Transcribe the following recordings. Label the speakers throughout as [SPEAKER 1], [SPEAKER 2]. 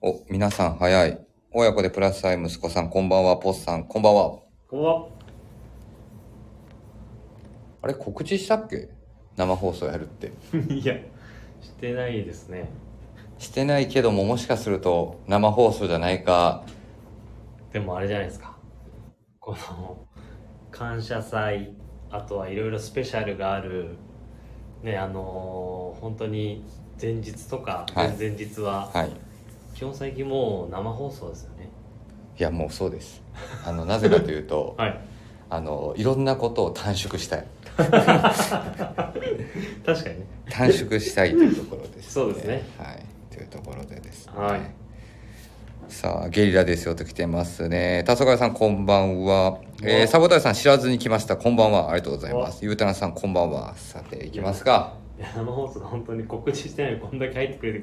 [SPEAKER 1] お、皆さん早い。親子でプラス愛息子さん、こんばんは。ポスさん、こんばんは。
[SPEAKER 2] こんばんは。
[SPEAKER 1] あれ、告知したっけ生放送やるって。
[SPEAKER 2] いや、してないですね。
[SPEAKER 1] してないけども、もしかすると生放送じゃないか。
[SPEAKER 2] でもあれじゃないですか。この、感謝祭、あとはいろいろスペシャルがある、ね、あのー本当に前日とか、
[SPEAKER 1] はい
[SPEAKER 2] 前々日は、
[SPEAKER 1] はい。
[SPEAKER 2] 基本最近もう生放送ですよね。
[SPEAKER 1] いや、もうそうです。あの、なぜかという と、
[SPEAKER 2] はい。
[SPEAKER 1] あの、いろんなことを短縮したい。
[SPEAKER 2] 確かにね。
[SPEAKER 1] 短縮したいというところです、
[SPEAKER 2] そうですね。
[SPEAKER 1] はい。というところでです、ね。
[SPEAKER 2] はい。
[SPEAKER 1] さあ、ゲリラですよと来てますね。黄昏さん、こんばんは。
[SPEAKER 2] う
[SPEAKER 1] えー、
[SPEAKER 2] わ
[SPEAKER 1] サボタイさん、知らずに来ました。こんばんは。ありがとうございます。ゆうたなさん、こんばんは。さて、いきますか。
[SPEAKER 2] いや生放送が本当に告知してないこんだけ入ってくれて、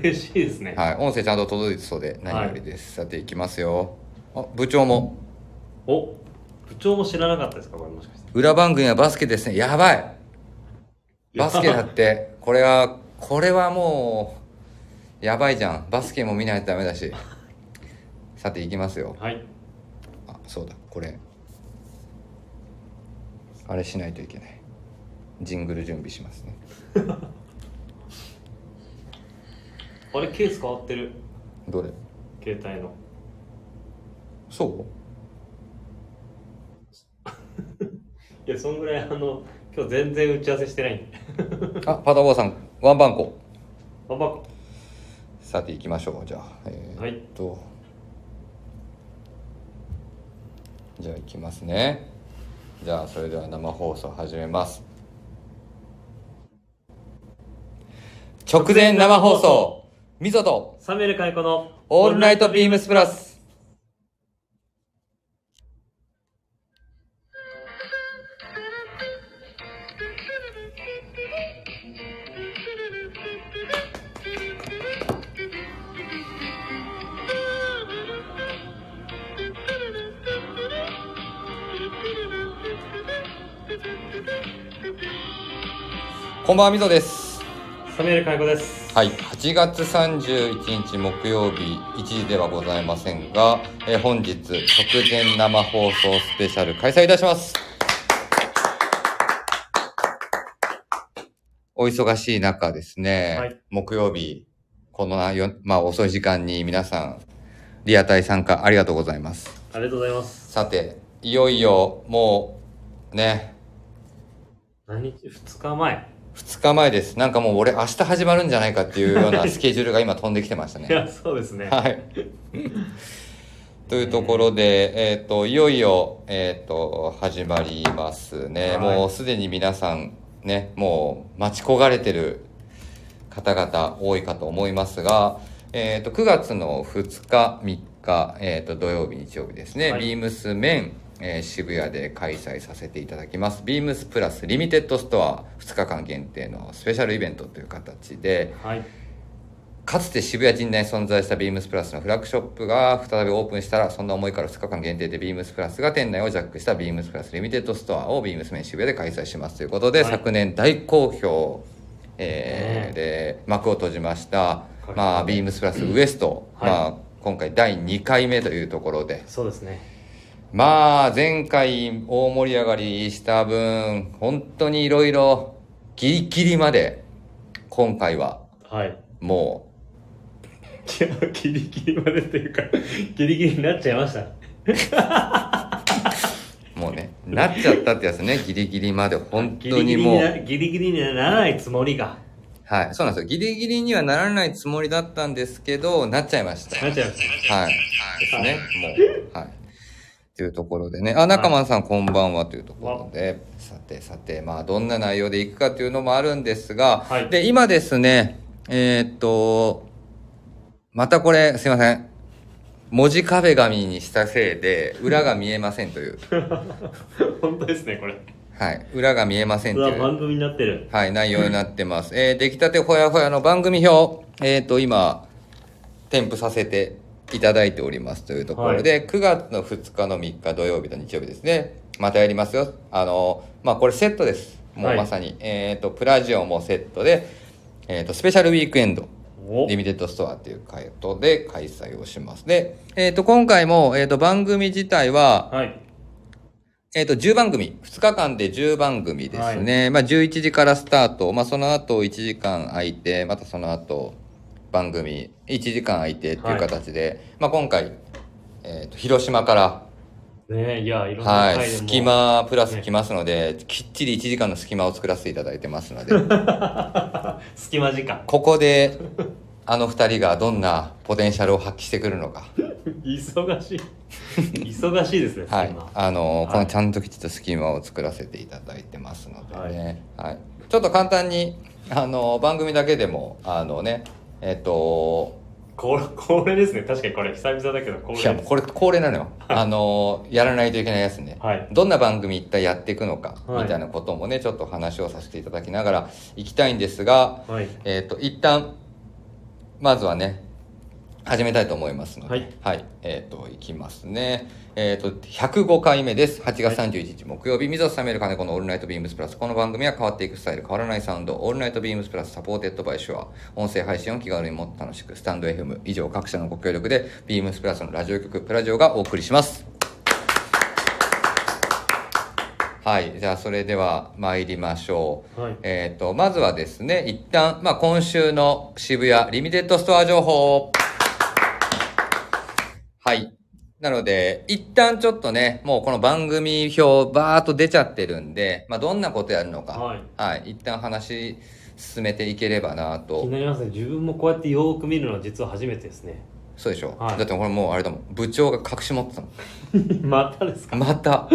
[SPEAKER 2] 嬉しいですね。
[SPEAKER 1] はい。音声ちゃんと届いてそうで、何よりです。さて、いきますよ。あ、部長も。
[SPEAKER 2] お部長も知らなかったですかこれもしかして。
[SPEAKER 1] 裏番組はバスケですね。やばいバスケだって、これは、これはもう、やばいじゃん。バスケも見ないとダメだし。さて、いきますよ。
[SPEAKER 2] はい。
[SPEAKER 1] あそうだこれあれしないといけないジングル準備しますね
[SPEAKER 2] あれ、ケース変わってる。
[SPEAKER 1] どれ
[SPEAKER 2] 携帯の。
[SPEAKER 1] そう
[SPEAKER 2] いや、そんぐらいあの、今日全然打ち合わせしてないんで。
[SPEAKER 1] あパタボーさんワンバンコ
[SPEAKER 2] 頑張っ
[SPEAKER 1] さていきましょうじゃあえ
[SPEAKER 2] は
[SPEAKER 1] ー
[SPEAKER 2] い
[SPEAKER 1] っと、じゃあいきますねじゃあそれでは生放送始めます直前生放送みぞと
[SPEAKER 2] サメルカイコの
[SPEAKER 1] オールナイトビームスプラスこんばんはみぞです
[SPEAKER 2] サメルカイコです。
[SPEAKER 1] はい、8月31日木曜日1時ではございませんが、えー本日直前生放送スペシャル開催いたします。お忙しい中ですね、
[SPEAKER 2] はい
[SPEAKER 1] 木曜日、このよ、まあ、遅い時間に皆さん、リアタイ参加ありがとうございます。
[SPEAKER 2] ありがとうございます。
[SPEAKER 1] さて、いよいよもうね、
[SPEAKER 2] 何日 ?2 日前。
[SPEAKER 1] 2日前です。なんかもう俺明日始まるんじゃないかっていうようなスケジュールが今飛んできてましたね。
[SPEAKER 2] いや、そうですね。
[SPEAKER 1] はい。というところで、えっ、と、いよいよ、えっ、と、始まりますね。
[SPEAKER 2] はい
[SPEAKER 1] もうすでに皆さん、ね、もう待ち焦がれてる方々多いかと思いますが、えっ、と、9月の2日、3日、えっ、と、土曜日、日曜日ですね、
[SPEAKER 2] はい
[SPEAKER 1] ビームスメン、えー渋谷で開催させていただきます。ビームスプラスリミテッドストア2日間限定のスペシャルイベントという形で、
[SPEAKER 2] はい。
[SPEAKER 1] かつて渋谷陣内に存在したビームスプラスのフラッグショップが再びオープンしたらそんな思いから2日間限定でビームスプラスが店内をジャックしたビームスプラスリミテッドストアをビームスメン渋谷で開催しますということで、
[SPEAKER 2] はい
[SPEAKER 1] 昨年大好評、えー
[SPEAKER 2] ねえ
[SPEAKER 1] で幕を閉じました、
[SPEAKER 2] はい
[SPEAKER 1] まあ、ビームスプラスウエスト、
[SPEAKER 2] はい
[SPEAKER 1] まあ、今回第2回目というところで
[SPEAKER 2] そうですね。
[SPEAKER 1] まあ前回大盛り上がりした分本当にいろいろギリギリまで今回は
[SPEAKER 2] はい。 い
[SPEAKER 1] もう
[SPEAKER 2] や、ギリギリまでっていうか、ギリギリになっちゃいました。
[SPEAKER 1] もうね、なっちゃったってやつね、ギリギリまで、本
[SPEAKER 2] ギ
[SPEAKER 1] 当
[SPEAKER 2] リ
[SPEAKER 1] に
[SPEAKER 2] ギリ
[SPEAKER 1] も
[SPEAKER 2] に
[SPEAKER 1] う。
[SPEAKER 2] な、ギリギリにはならないつもりが、
[SPEAKER 1] はい、そうなんですよ。ギリギリにはならないつもりだったんですけど、なっちゃいました。
[SPEAKER 2] なっちゃいまし
[SPEAKER 1] はい。ですね、もう。はい。というところでね。あ、中間さん、こんばんはというところで、さてさて、まあ、どんな内容でいくかというのもあるんですが、
[SPEAKER 2] はい
[SPEAKER 1] で、今ですね、えーっと、またこれ、すいません。文字壁紙にしたせいで、裏が見えませんという。
[SPEAKER 2] た。 本当ですね、これ。
[SPEAKER 1] はい。裏が見えません
[SPEAKER 2] う
[SPEAKER 1] とい
[SPEAKER 2] わ、
[SPEAKER 1] う。
[SPEAKER 2] 番組になってる。
[SPEAKER 1] はい、内容になってます。えー、出来たてほやほやの番組表、えっ、と、今、添付させていただいておりますというところで、9月の2日の3日土曜日と日曜日ですね。またやりますよ。あの、まあ、これセットです。もう
[SPEAKER 2] はい
[SPEAKER 1] まさに。えっ、と、プラジオもセットで、えっ、と、スペシャルウィークエンド。
[SPEAKER 2] うお
[SPEAKER 1] リミテッドストアっていう回答で開催をします。で、えっ、と、今回も、えっ、と、番組自体は、
[SPEAKER 2] はい
[SPEAKER 1] えっ、と、10番組、2日間で10番組ですね。まあ、11時からスタート。まあ、その後1時間空いて、またその後、番組、1時間空いてっていう形で、まあ、今回、えっ、と、広島から、
[SPEAKER 2] ねいやいろんな
[SPEAKER 1] は
[SPEAKER 2] 回でも、
[SPEAKER 1] い、隙間プラス来ますので、きっちり1時間の隙間を作らせていただいてますので、
[SPEAKER 2] 隙間時間
[SPEAKER 1] ここで、あの2人がどんなポテンシャルを発揮してくるのか。
[SPEAKER 2] 忙しい忙しいですね隙
[SPEAKER 1] はい
[SPEAKER 2] 間、、
[SPEAKER 1] あの
[SPEAKER 2] はい
[SPEAKER 1] このちゃんときちっと隙間を作らせていただいてますのでね、はいちょっと簡単にあの番組だけでもあのねえっ、と
[SPEAKER 2] これこれですね確かにこれ久々だけどこれ
[SPEAKER 1] いやもうこれ恒例なのよあのやらないといけないやつね、
[SPEAKER 2] はい
[SPEAKER 1] どんな番組一体やっていくのか、
[SPEAKER 2] はい
[SPEAKER 1] みたいなこともねちょっと話をさせていただきながらいきたいんですが、
[SPEAKER 2] はい
[SPEAKER 1] えっ、と一旦まずはね始めたいと思いますので、
[SPEAKER 2] はい
[SPEAKER 1] えっ、と、いきますね。えっ、と、105回目です。8月31日木曜日、水を冷める金子のオールナイトビームスプラス。この番組は変わっていくスタイル、変わらないサウンド、オールナイトビームスプラスサポーテッドバイシュア。音声配信を気軽にもっと楽しく、スタンド FM 以上各社のご協力で、ビームスプラスのラジオ局、プラジオがお送りします。はい。じゃあ、それでは参りましょう。
[SPEAKER 2] はい
[SPEAKER 1] えっ、と、まずはですね、一旦、まあ、今週の渋谷リミテッドストア情報。はい。なので、一旦ちょっとね、もうこの番組表バーっと出ちゃってるんで、まあ、どんなことやるのか、
[SPEAKER 2] はい
[SPEAKER 1] い。一旦話進めていければな
[SPEAKER 2] 気に
[SPEAKER 1] と。
[SPEAKER 2] なりますね自分もこうやってよーく見るのは実は初めてですね
[SPEAKER 1] そうでしょ、
[SPEAKER 2] はい
[SPEAKER 1] だってこれもうあれだもん。部長が隠し持ってたもん。
[SPEAKER 2] またですか
[SPEAKER 1] ま た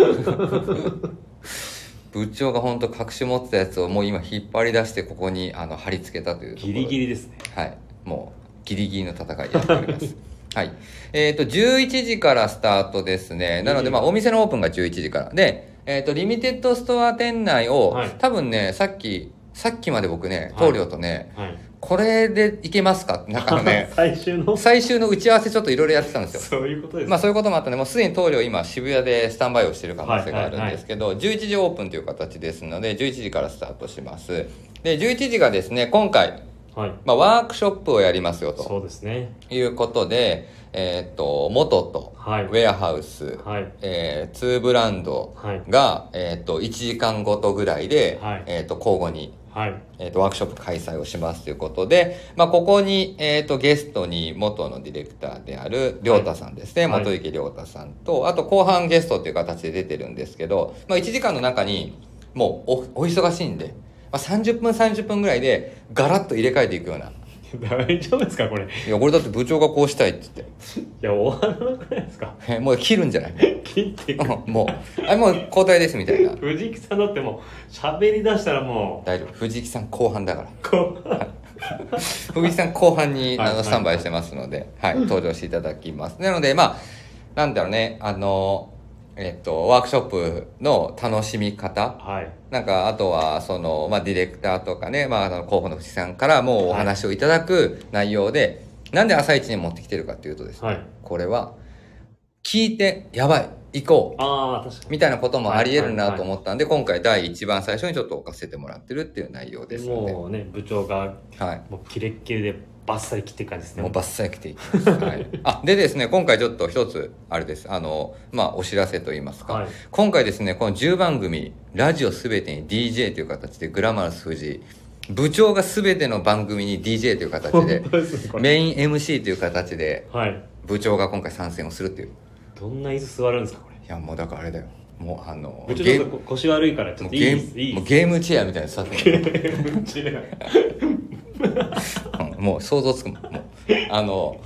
[SPEAKER 1] 部長が本当隠し持ってたやつをもう今引っ張り出してここにあの貼り付けたというところ
[SPEAKER 2] ギリギリですね
[SPEAKER 1] はいもうギリギリの戦いやっております はいえっ、と11時からスタートですねなのでまあお店のオープンが11時からでえっ、とリミテッドストア店内を、
[SPEAKER 2] はい
[SPEAKER 1] 多分ねさっきさっきまで僕ね
[SPEAKER 2] はい
[SPEAKER 1] 棟梁とね、
[SPEAKER 2] はい
[SPEAKER 1] これでいけますかってなんかあのね
[SPEAKER 2] 最終 の
[SPEAKER 1] 最終の打ち合わせちょっといろいろやってたんですよ
[SPEAKER 2] そういうことで す
[SPEAKER 1] まあ
[SPEAKER 2] ね
[SPEAKER 1] そういうこともあったので、もうすでに棟梁今渋谷でスタンバイをしている可能性があるんですけど、11時オープンという形ですので、11時からスタートします。で、11時がですね、今回、
[SPEAKER 2] はい
[SPEAKER 1] まあワークショップをやりますよと
[SPEAKER 2] そうですね
[SPEAKER 1] いうことで、えーっと、元と、
[SPEAKER 2] はい
[SPEAKER 1] ウェアハウス、
[SPEAKER 2] はい
[SPEAKER 1] えー、2ブランド
[SPEAKER 2] はい
[SPEAKER 1] が、えーっと、1時間ごとぐらいで、
[SPEAKER 2] はい
[SPEAKER 1] えーっと、交互に
[SPEAKER 2] はい
[SPEAKER 1] えー、とワークショップ開催をしますということで、まあ、ここに、えー、とゲストに元のディレクターである亮太さんですね、
[SPEAKER 2] はい
[SPEAKER 1] 元池亮太さんとあと後半ゲストという形で出てるんですけど、まあ、1時間の中にもうおお忙しいんで、まあ、30分30分ぐらいでガラッと入れ替えていくような「
[SPEAKER 2] 大丈夫ですかこれい
[SPEAKER 1] いや俺だって部長がこうしたい」って言っ
[SPEAKER 2] や終わらなくないですか
[SPEAKER 1] て「えもう切るんじゃない?
[SPEAKER 2] 切っていく
[SPEAKER 1] うん」もう「あもう交代です」みたいな
[SPEAKER 2] 藤木さんだってもう喋り出したらも
[SPEAKER 1] 大丈夫藤木さん後半だから。
[SPEAKER 2] うこう
[SPEAKER 1] 福井さん後半に
[SPEAKER 2] はい
[SPEAKER 1] あ
[SPEAKER 2] は
[SPEAKER 1] の
[SPEAKER 2] い
[SPEAKER 1] スタンバイしてますので、はい、登場していただきます。なので、まあ、なんだろうね、あの、えっと、ワークショップの楽しみ方。
[SPEAKER 2] はい
[SPEAKER 1] なんか、あとは、その、まあ、ディレクターとかね、まあ、あの、候補の藤井さんからもうお話をいただく内容で、なんで朝一に持ってきてるかというとですね、
[SPEAKER 2] はい
[SPEAKER 1] これは、聞いて、やばい、行こう、
[SPEAKER 2] ああ確かに
[SPEAKER 1] みたいなこともあり得るなと思ったんで、今回第一番最初にちょっと置かせてもらってるっていう内容
[SPEAKER 2] で
[SPEAKER 1] ですので、
[SPEAKER 2] もうね部長が
[SPEAKER 1] はい。
[SPEAKER 2] もうキレッキレでバッサリ切っていく感じですね
[SPEAKER 1] もうバッサリ来ていきます。 はい、あでですね、今回ちょっと一つ、あれです、あの、まあ、お知らせといいますか、
[SPEAKER 2] はい
[SPEAKER 1] 今回ですね、この10番組、ラジオすべてに DJ という形で、グラマラス藤井、部長がすべての番組に DJ という形で
[SPEAKER 2] 本、当です ねこれ
[SPEAKER 1] メイン MC という形で、
[SPEAKER 2] はい
[SPEAKER 1] 部長が今回参戦をするっていう。
[SPEAKER 2] どんな椅子座るんですかこれ
[SPEAKER 1] いや、もうだからあれだよ。もうあの、
[SPEAKER 2] 部長
[SPEAKER 1] ゲ
[SPEAKER 2] ちょ
[SPEAKER 1] ー
[SPEAKER 2] っ
[SPEAKER 1] ム
[SPEAKER 2] とこ腰悪いからちょ
[SPEAKER 1] も
[SPEAKER 2] っ
[SPEAKER 1] うゲ
[SPEAKER 2] といいです
[SPEAKER 1] ーム
[SPEAKER 2] いい
[SPEAKER 1] もう
[SPEAKER 2] です
[SPEAKER 1] ゲームチェアみたいにさせてもら って
[SPEAKER 2] 部長
[SPEAKER 1] うんもう想像つくもん。もうあの、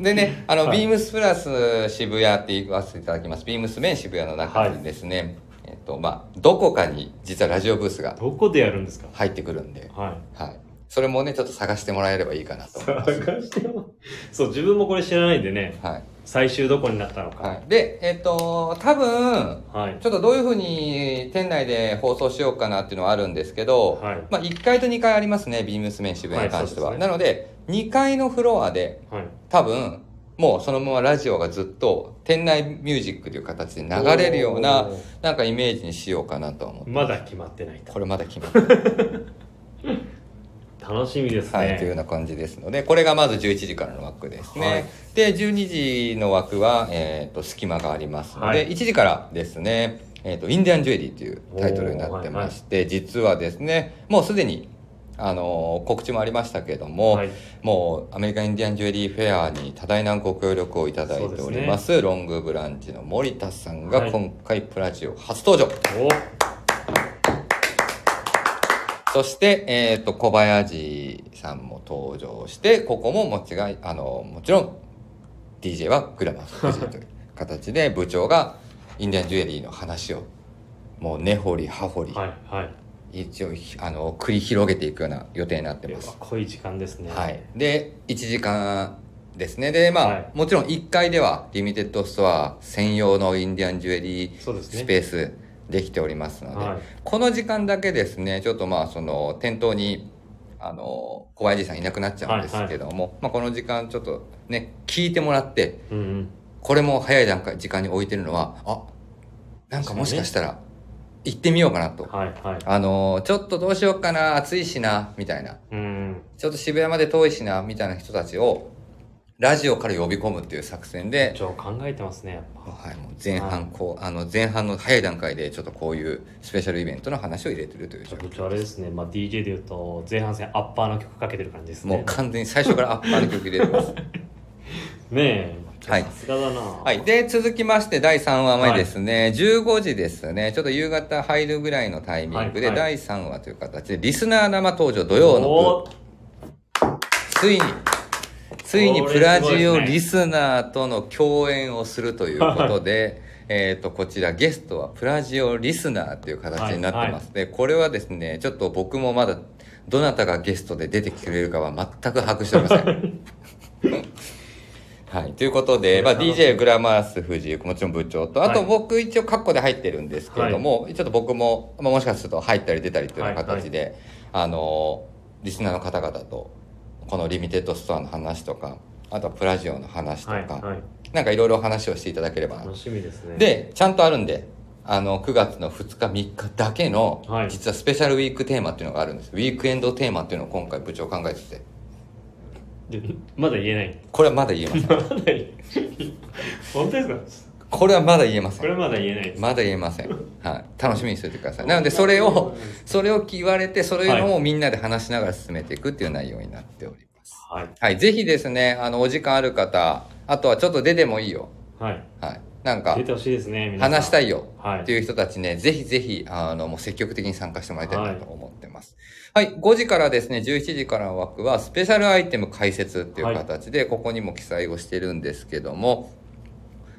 [SPEAKER 1] でね、あの、
[SPEAKER 2] はい
[SPEAKER 1] ビームスプラス渋谷って言わせていただきます。ビームスメン渋谷の中にですね、えっと、まあ、どこかに実はラジオブースが
[SPEAKER 2] どこでやるんですか
[SPEAKER 1] 入ってくるんで、
[SPEAKER 2] はい
[SPEAKER 1] はい。それもね、ちょっと探してもらえればいいかなと思いま
[SPEAKER 2] 探
[SPEAKER 1] す。
[SPEAKER 2] してもそう自分もこれ知らないんでね
[SPEAKER 1] はい。
[SPEAKER 2] 最終どこになったのか
[SPEAKER 1] はい。で、えっと、多分、
[SPEAKER 2] はい
[SPEAKER 1] ちょっとどういうふうに店内で放送しようかなっていうのはあるんですけど、
[SPEAKER 2] はい
[SPEAKER 1] まあ1階と2階ありますね、ビームスメン渋谷に関しては。
[SPEAKER 2] はいそう
[SPEAKER 1] な
[SPEAKER 2] ですね
[SPEAKER 1] ので、2階のフロアで、
[SPEAKER 2] はい
[SPEAKER 1] 多分もうそのままラジオがずっと店内ミュージックという形で流れるような
[SPEAKER 2] おー
[SPEAKER 1] なんかイメージにしようかなとは思って
[SPEAKER 2] まだ決まってないと
[SPEAKER 1] これまだ決まってない
[SPEAKER 2] 楽楽しみですね。
[SPEAKER 1] はい、というような感じですので、これがまず11時からの枠ですね。
[SPEAKER 2] はい
[SPEAKER 1] で、12時の枠は、えっ、と、隙間がありますので、
[SPEAKER 2] はい
[SPEAKER 1] 1時からですね、えっ、と、インディアンジュエリーというタイトルになってまして、実はですね、もうすでに、あのー告知もありましたけども、
[SPEAKER 2] はい
[SPEAKER 1] もうアメリカンインディアンジュエリーフェアに多大なご協力をいただいておりますロングブランチの森田さん
[SPEAKER 2] は
[SPEAKER 1] が
[SPEAKER 2] い
[SPEAKER 1] 今回プラジオ初登場、
[SPEAKER 2] お
[SPEAKER 1] そして、えっ、と、小林さんも登場して、ここももちがい、あの、もちろん、DJ はグラマースという形で、部長がインディアンジュエリーの話を、もう根掘り葉掘り、
[SPEAKER 2] はいはい。
[SPEAKER 1] 一応、ひあの、繰り広げていくような予定になって
[SPEAKER 2] で
[SPEAKER 1] ま
[SPEAKER 2] は
[SPEAKER 1] す。
[SPEAKER 2] 濃い時間ですね。
[SPEAKER 1] はい。で、1時間ですね。で、まあ、
[SPEAKER 2] はい
[SPEAKER 1] もちろん1階では、リミテッドストア専用のインディアンジュエリー
[SPEAKER 2] そうですね
[SPEAKER 1] スペースできておりますので、
[SPEAKER 2] はい
[SPEAKER 1] この時間だけですね、ちょっとまあ、その、店頭に、あの、小林さんいなくなっちゃうんですけども、まあ、この時間ちょっとね、聞いてもらって、
[SPEAKER 2] うんうん。
[SPEAKER 1] これも早い段階、時間に置いてるのは、あ、なんかもしかしたら、行ってみようかなと。
[SPEAKER 2] はいはい。
[SPEAKER 1] あの、ちょっとどうしようかな、暑いしな、みたいな。
[SPEAKER 2] うん。
[SPEAKER 1] ちょっと渋谷まで遠いしな、みたいな人たちを、ラジオから呼び込むっていう作戦で、
[SPEAKER 2] ちょ考えてますねやっぱ。
[SPEAKER 1] はい、もう前半こう、あの、前半の早い段階で、ちょっとこういうスペシャルイベントの話を入れてるという
[SPEAKER 2] ち
[SPEAKER 1] 状
[SPEAKER 2] ょっと
[SPEAKER 1] 況。
[SPEAKER 2] あれですね。まあ DJ で言うと前半戦アッパーの曲かけてる感じですね。
[SPEAKER 1] もう完全に最初からアッパーの曲入れて ます。
[SPEAKER 2] ねえ。
[SPEAKER 1] はい
[SPEAKER 2] さすがだな。は
[SPEAKER 1] はい。。で、続きまして、第3話目ですね。15時ですね。ちょっと夕方入るぐらいのタイミングで、
[SPEAKER 2] はいはい
[SPEAKER 1] 第3話という形で、リスナー生登場土曜の部
[SPEAKER 2] おー
[SPEAKER 1] ついに、ついに
[SPEAKER 2] これ
[SPEAKER 1] プラ
[SPEAKER 2] すごい
[SPEAKER 1] ジ
[SPEAKER 2] です
[SPEAKER 1] オ
[SPEAKER 2] ね
[SPEAKER 1] リスナーとの共演をするということで、えっと、こちらゲストはプラジオリスナーっていう形になってますで、これはですね、ちょっと僕もまだ、どなたがゲストで出てくれるかは全く把握しておりませ ん。はい。ということで、まあ、
[SPEAKER 2] 楽しみ
[SPEAKER 1] DJ グラマース藤井、もちろん部長と、あ
[SPEAKER 2] は
[SPEAKER 1] と
[SPEAKER 2] い
[SPEAKER 1] 僕一応カッコで入ってるんですけれども、ちょっと僕も、まあ、もしかすると入ったり出たりというような形で、あの、リスナーの方々と、このリミテッドストアの話とか、あとはプラジオの話とか、
[SPEAKER 2] はいはい。
[SPEAKER 1] なんかいろいろ話をしていただければな
[SPEAKER 2] 楽しみですね。、
[SPEAKER 1] で、ちゃんとあるんで、あの、9月の2日、3日だけの、
[SPEAKER 2] はい
[SPEAKER 1] 実はスペシャルウィークテーマっていうのがあるんです。ウィークエンドテーマっていうのを今回部長考えてて、
[SPEAKER 2] でまだ言えない。
[SPEAKER 1] これはまだ言えません。
[SPEAKER 2] まだ言え本当ですか。
[SPEAKER 1] これはまだ言えません
[SPEAKER 2] こ。れまだ言えないです。
[SPEAKER 1] まだ言えません。はい。楽しみにしておいてください。なので、それを、それを言われて、それをみんなで話しながら進めていくっていう内容になっております。
[SPEAKER 2] はい
[SPEAKER 1] はい。ぜひですね、あの、お時間ある方、あとはちょっと出てもいいよ。
[SPEAKER 2] はい。
[SPEAKER 1] はい。なんか
[SPEAKER 2] 出、てほしいですね。皆さん
[SPEAKER 1] 話したいよ
[SPEAKER 2] はい
[SPEAKER 1] っていう人たちね、ぜひぜひ、あの、もう積極的に参加してもらいたいなと思ってます。はい、5時からですね、17時からの枠は、スペシャルアイテム解説っていう形で、ここにも記載をしてるんですけども、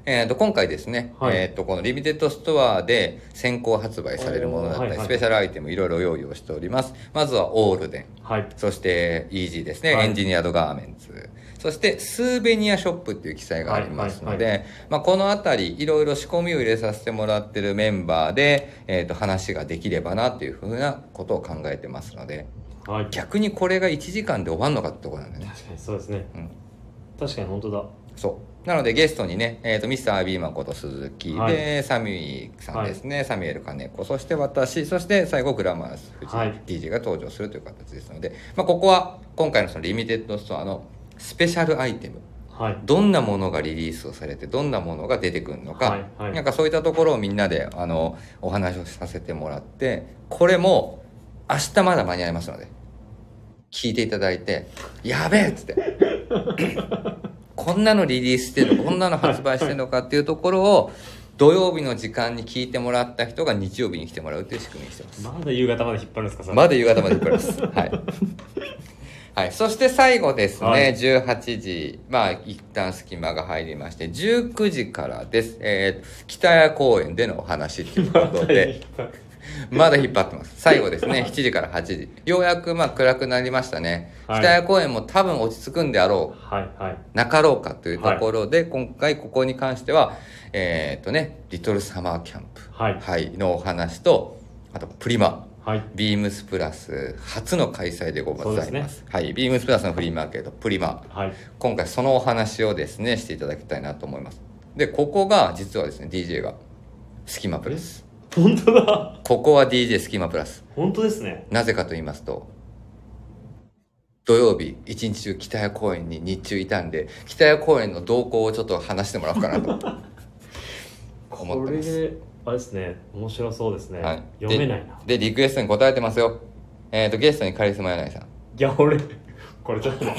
[SPEAKER 1] えっ、と、今回ですね、
[SPEAKER 2] はい
[SPEAKER 1] えっ、と、このリミテッドストアで先行発売されるものだったり、
[SPEAKER 2] おーはいはい
[SPEAKER 1] スペシャルアイテムいろいろ用意をしております。まずはオールデン。
[SPEAKER 2] はい。
[SPEAKER 1] そして、イージーですね、
[SPEAKER 2] は
[SPEAKER 1] エ
[SPEAKER 2] い
[SPEAKER 1] ンジニアードガーメンツ。そして、スーベニアショップっていう記載がありますので、
[SPEAKER 2] は
[SPEAKER 1] まあ、このあたり、いろいろ仕込みを入れさせてもらってるメンバーで、えっ、と、話ができればなっていうふうなことを考えてますので、
[SPEAKER 2] はい。確か
[SPEAKER 1] 逆にこれが1時間で終わんのかってところなんだよね。
[SPEAKER 2] にそうですね。
[SPEAKER 1] うん
[SPEAKER 2] 確かに本当だ。
[SPEAKER 1] そう。なのでゲストにね、えっ、と、ミスター・ビーマンこと鈴木、
[SPEAKER 2] はい
[SPEAKER 1] で、サミーさんですね、サミュエル・カネコ、そして私、そして最後、グラマース・フジ、
[SPEAKER 2] はい
[SPEAKER 1] DJ が登場するという形ですので、まあ、ここは今回のそのリミテッドストアのスペシャルアイテム、
[SPEAKER 2] はい。
[SPEAKER 1] どんなものがリリースをされて、どんなものが出てくるのか、
[SPEAKER 2] はいはい
[SPEAKER 1] なんかそういったところをみんなで、あの、お話をさせてもらって、これも、明日まだ間に合いますので、聞いていただいて、やべえっつって。 こんなのリリースしてるのこんなの発売してるのかっていうところを、土曜日の時間に聞いてもらった人が日曜日に来てもらうっていう仕組みにしてます。
[SPEAKER 2] まだ夕方まで引っ張るんですか、それ
[SPEAKER 1] まだ夕方まで来ます。 はい。はい。そして最後ですね、
[SPEAKER 2] はい
[SPEAKER 1] 18時、まあ、一旦隙間が入りまして、19時からです。えー北谷公園でのお話ということ で、まだ引っ張ってます。最後ですね、7時から8時。ようやく、まあ、暗くなりましたね。
[SPEAKER 2] はい
[SPEAKER 1] 北谷公園も多分落ち着くんであろう。
[SPEAKER 2] はいはい。
[SPEAKER 1] なかろうかというところで、今回ここに関しては、えっ、とね、リトルサマーキャンプ、
[SPEAKER 2] はい
[SPEAKER 1] のお話と、あとプリマ、
[SPEAKER 2] はい。
[SPEAKER 1] ビームスプラス初の開催でございます。
[SPEAKER 2] そうです
[SPEAKER 1] はい、ビームスプラスのフリーマーケットプリマ、
[SPEAKER 2] はい。
[SPEAKER 1] 今回そのお話をですねしていただきたいなと思います。で、ここが実はですね DJ がスキマプラス。
[SPEAKER 2] 本当だ。
[SPEAKER 1] ここは DJ スキマプラス。
[SPEAKER 2] 本当ですね。
[SPEAKER 1] なぜかと言いますと、土曜日一日中北谷公園に日中いたんで北谷公園の動向をちょっと話してもらおうか なと思
[SPEAKER 2] こ
[SPEAKER 1] って
[SPEAKER 2] れ
[SPEAKER 1] ます。
[SPEAKER 2] であれですね面白そうですね、
[SPEAKER 1] はい、
[SPEAKER 2] 読めないな
[SPEAKER 1] ででリクエストに答えてますよ。えっ、とゲストにカリスマ柳井さん。
[SPEAKER 2] いや俺これちょ っと挟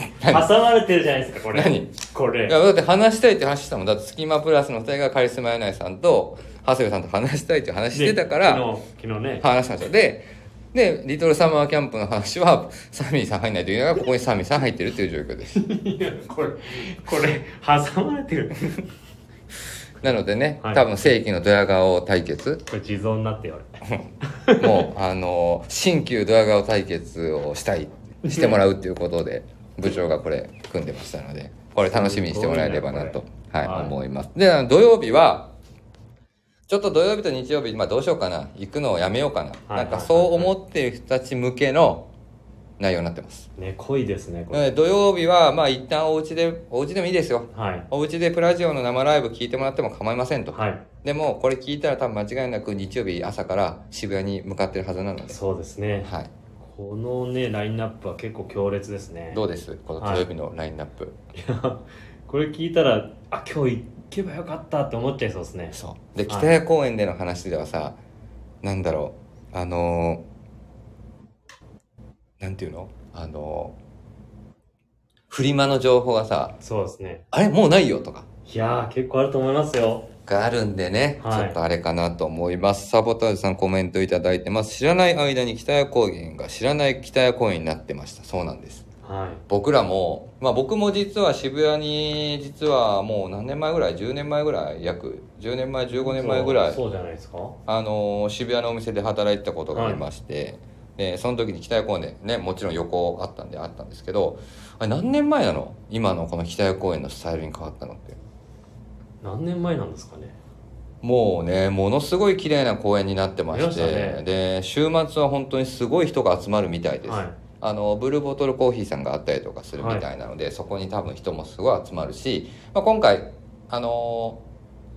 [SPEAKER 2] まれてるじゃないですかこれ
[SPEAKER 1] 何
[SPEAKER 2] こ
[SPEAKER 1] いや
[SPEAKER 2] れ
[SPEAKER 1] だって話したいって話したもんだってスキマプラスの2人がカリスマ柳井さんと長谷部さんと話したいって話してたから。
[SPEAKER 2] で昨日昨日ね、
[SPEAKER 1] 話したんですよででリトルサマーキャンプの話はサミーさん入んないといけないからここにサミーさん入ってるっていう状況です
[SPEAKER 2] いや これこれ挟まれてる
[SPEAKER 1] なのでね、
[SPEAKER 2] はい
[SPEAKER 1] 多分正規のドヤ顔対決
[SPEAKER 2] これ地蔵になってよ俺
[SPEAKER 1] もうあの新旧ドヤ顔対決をしたいしてもらうっていうことで部長がこれ組んでましたのでこれ楽しみにしてもらえればなと、
[SPEAKER 2] すご
[SPEAKER 1] はい
[SPEAKER 2] いねこれはい
[SPEAKER 1] 思いますであの土曜日はちょっと土曜日と日曜日、まあ、どうしようかな行くのをやめようかな、
[SPEAKER 2] はいはいはいはい
[SPEAKER 1] なんかそう思ってる人たち向けの内容になってます
[SPEAKER 2] ね濃いですねこ
[SPEAKER 1] なの
[SPEAKER 2] れ、
[SPEAKER 1] で土曜日はまあ一旦お家でお家でもいいですよ
[SPEAKER 2] はい
[SPEAKER 1] お家でプラジオの生ライブ聞いてもらっても構いませんと、
[SPEAKER 2] はい
[SPEAKER 1] でもこれ聞いたら多分間違いなく日曜日朝から渋谷に向かってるはずなので、
[SPEAKER 2] そうですね
[SPEAKER 1] はい、
[SPEAKER 2] このねラインナップは結構強烈ですね
[SPEAKER 1] どうですこの土曜日のラインナップ、
[SPEAKER 2] いやこれ聞いたらあ今日行けばよかったって思っちゃいそうですね
[SPEAKER 1] そうで北谷公園での話ではさ、なんだろうあのーなんていうのあのーフリマの情報がさ
[SPEAKER 2] そうですね
[SPEAKER 1] あれもうないよとか
[SPEAKER 2] いやー結構あると思いますよ
[SPEAKER 1] があるんでね、
[SPEAKER 2] はい
[SPEAKER 1] ちょっとあれかなと思います。サボタージュさんコメントいただいてます。知らない間に北谷高原が知らない北谷公園になってました。そうなんです。
[SPEAKER 2] は
[SPEAKER 1] 僕らも、まあ僕も実は渋谷に、実はもう何年前ぐらい ?10 年前ぐらい約10年前、
[SPEAKER 2] い
[SPEAKER 1] 15年前ぐらい、
[SPEAKER 2] そうそうじゃないですか
[SPEAKER 1] あのー渋谷のお店で働いてたことがありまして、で、その時に北谷公園でね、もちろん横あったんであったんですけど、あれ何年前なの今のこの北谷公園のスタイルに変わったのって。
[SPEAKER 2] 何年前なんですかね
[SPEAKER 1] もうね、ものすごい綺麗な公園になってまして、
[SPEAKER 2] ありましたね
[SPEAKER 1] で、週末は本当にすごい人が集まるみたいです。
[SPEAKER 2] はい
[SPEAKER 1] あの、ブルーボトルコーヒーさんがあったりとかするみたいなので、そこに多分人もすごい集まるし、まあ、今回、あのー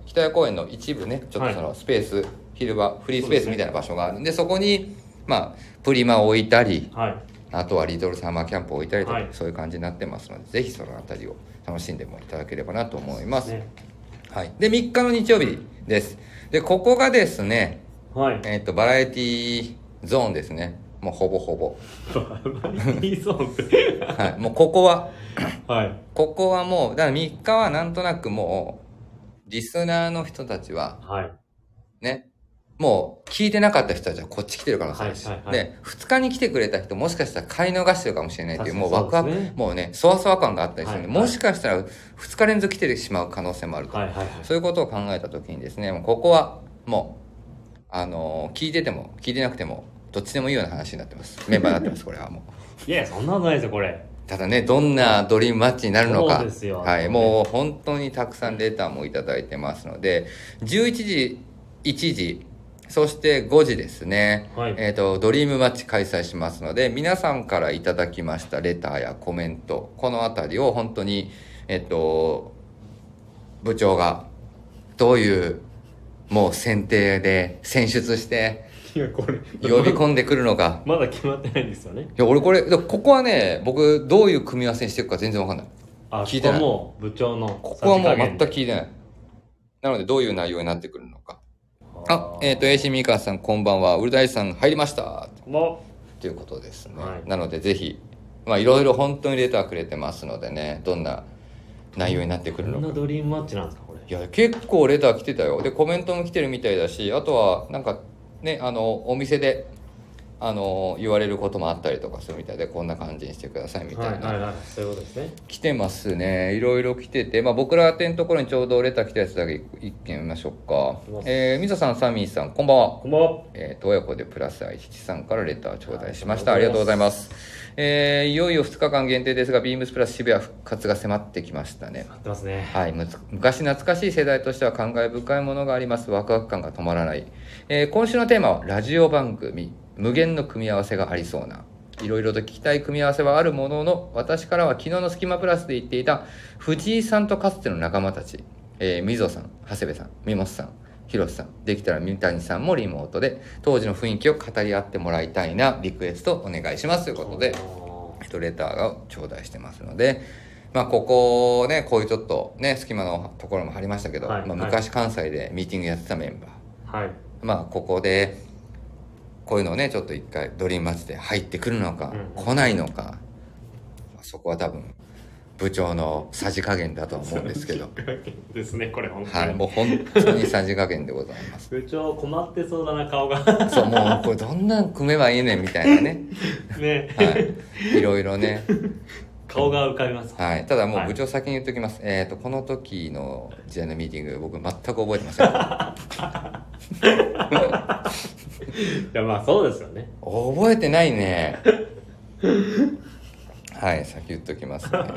[SPEAKER 1] 北谷公園の一部ね、ちょっとそのスペース、昼場、フリースペースみたいな場所があるんで、そこに、まあ、プリマを置いたり、
[SPEAKER 2] はい
[SPEAKER 1] あとはリトルサマーキャンプを置いたりとか、
[SPEAKER 2] はい
[SPEAKER 1] そういう感じになってますので、ぜひそのあたりを楽しんでもいただければなと思います。
[SPEAKER 2] ね
[SPEAKER 1] はい、で3日の日曜日ですでここがですね、
[SPEAKER 2] はい
[SPEAKER 1] えっとバラエティゾーンですねもうほぼほぼ、
[SPEAKER 2] バラエティーゾーンって
[SPEAKER 1] はい、もうここは
[SPEAKER 2] はい
[SPEAKER 1] ここはもうだから3日はなんとなくもうリスナーの人たちは
[SPEAKER 2] はい
[SPEAKER 1] ねもう聞いてなかった人たちはこっち来てる可能性あるし、
[SPEAKER 2] はいはいはい
[SPEAKER 1] で2日に来てくれた人もしかしたら買い逃してるかもしれないっていうもうワク
[SPEAKER 2] 確か
[SPEAKER 1] ワ
[SPEAKER 2] にそ
[SPEAKER 1] ク
[SPEAKER 2] うですね
[SPEAKER 1] もうねそわそわ感があったりするんで、
[SPEAKER 2] はいはい
[SPEAKER 1] もしかしたら2日連続来てしまう可能性もあると
[SPEAKER 2] はいはいはい
[SPEAKER 1] そういうことを考えた時にですね、もうここはもう、あのー聞いてても、聞いてなくても、どっちでもいいような話になってます。メンバーになってます、これはもう。
[SPEAKER 2] いやそんなことないですよこれ
[SPEAKER 1] ただね、どんなドリームマッチになるの
[SPEAKER 2] そ
[SPEAKER 1] か
[SPEAKER 2] うです、よ
[SPEAKER 1] はい、もう本当にたくさんレターもいただいてますので、11時、1時、そして5時ですね、
[SPEAKER 2] はい
[SPEAKER 1] えっ、と、ドリームマッチ開催しますので、皆さんからいただきましたレターやコメント、このあたりを本当に、えっ、と、部長がどういうもう選定で選出して
[SPEAKER 2] いやこれ
[SPEAKER 1] 呼び込んでくるのか
[SPEAKER 2] まだ決まってないんですよね
[SPEAKER 1] いや俺これでもここはね僕どういう組み合わせにしていくか全然わかんない
[SPEAKER 2] あ
[SPEAKER 1] 聞いてない
[SPEAKER 2] ここはもう部長の
[SPEAKER 1] ここはもう全く
[SPEAKER 2] く
[SPEAKER 1] 聞いてないなのでどういう内容になってくるのかあえっ、と AC ミカさんこんばんはウルダイさん入りました
[SPEAKER 2] も
[SPEAKER 1] ということですね、
[SPEAKER 2] はい
[SPEAKER 1] なのでぜひまあいろいろ本当にレターくれてますのでねどんな内容になって
[SPEAKER 2] う
[SPEAKER 1] く
[SPEAKER 2] こ
[SPEAKER 1] るの
[SPEAKER 2] ん
[SPEAKER 1] か
[SPEAKER 2] なドリームマッチなんですかこれ
[SPEAKER 1] いや結構レター来てたよでコメントも来てるみたいだしあとはなんかねあのお店であの言われることもあったりとかするみたいでこんな感じにしてくださいみたいな、
[SPEAKER 2] はいはいはいそういうことですね
[SPEAKER 1] 来てますねいろいろ来てて、まあ、僕ら宛てのところにちょうどレター来たやつだけ一一件見ましょ
[SPEAKER 2] き
[SPEAKER 1] う
[SPEAKER 2] ま
[SPEAKER 1] か
[SPEAKER 2] す
[SPEAKER 1] えー、みぞさんサミーさんこんばんは
[SPEAKER 2] こんばんは
[SPEAKER 1] えーと親子でプラス愛七さんからレター頂戴しました、
[SPEAKER 2] は
[SPEAKER 1] あ
[SPEAKER 2] い
[SPEAKER 1] りがとうございますえーいよいよ2日間限定ですがビームスプラス渋谷復活が迫ってきましたね
[SPEAKER 2] 待ってますね
[SPEAKER 1] はい、むつ昔懐かしい世代としては感慨深いものがありますワクワク感が止まらない、えー今週のテーマはラジオ番組無限の組み合わせがありそうないろいろと聞きたい組み合わせはあるものの私からは昨日の「スキマプラス」で言っていた藤井さんとかつての仲間たち、えー、みぞさん長谷部さんみもすさんひろしさんできたら三谷さんもリモートで当時の雰囲気を語り合ってもらいたいなリクエストお願いしますということで
[SPEAKER 2] あー
[SPEAKER 1] 一レターを頂戴してますので、まあ、ここね、こういうちょっとね、隙間のところも貼りましたけど、
[SPEAKER 2] はい
[SPEAKER 1] まあ、
[SPEAKER 2] はい
[SPEAKER 1] 昔関西でミーティングやってたメンバー、
[SPEAKER 2] はい
[SPEAKER 1] まあ、ここで、こういうのをね、ちょっと一回ドリームマッチで入ってくるのか、
[SPEAKER 2] うん
[SPEAKER 1] 来ないのか、まあそこは多分、部長のさじ加減だとは思うんですけ ど、
[SPEAKER 2] ですねこれ本当
[SPEAKER 1] はい、
[SPEAKER 2] に、
[SPEAKER 1] もう本当にさじ加減でございます。
[SPEAKER 2] 部長困ってそうだな顔が
[SPEAKER 1] そう、もうこれどんなん組めばいいねんみたいなね、
[SPEAKER 2] ね、
[SPEAKER 1] はい、いろいろね、
[SPEAKER 2] 顔が浮かびます
[SPEAKER 1] はい、ただも
[SPEAKER 2] は
[SPEAKER 1] う
[SPEAKER 2] い
[SPEAKER 1] 部長先に言っておきます、えっ、とこの時の時代のミーティング僕全く覚えてません
[SPEAKER 2] いやまあそうですよね
[SPEAKER 1] 覚えてない ねはい先言っときますね、はいは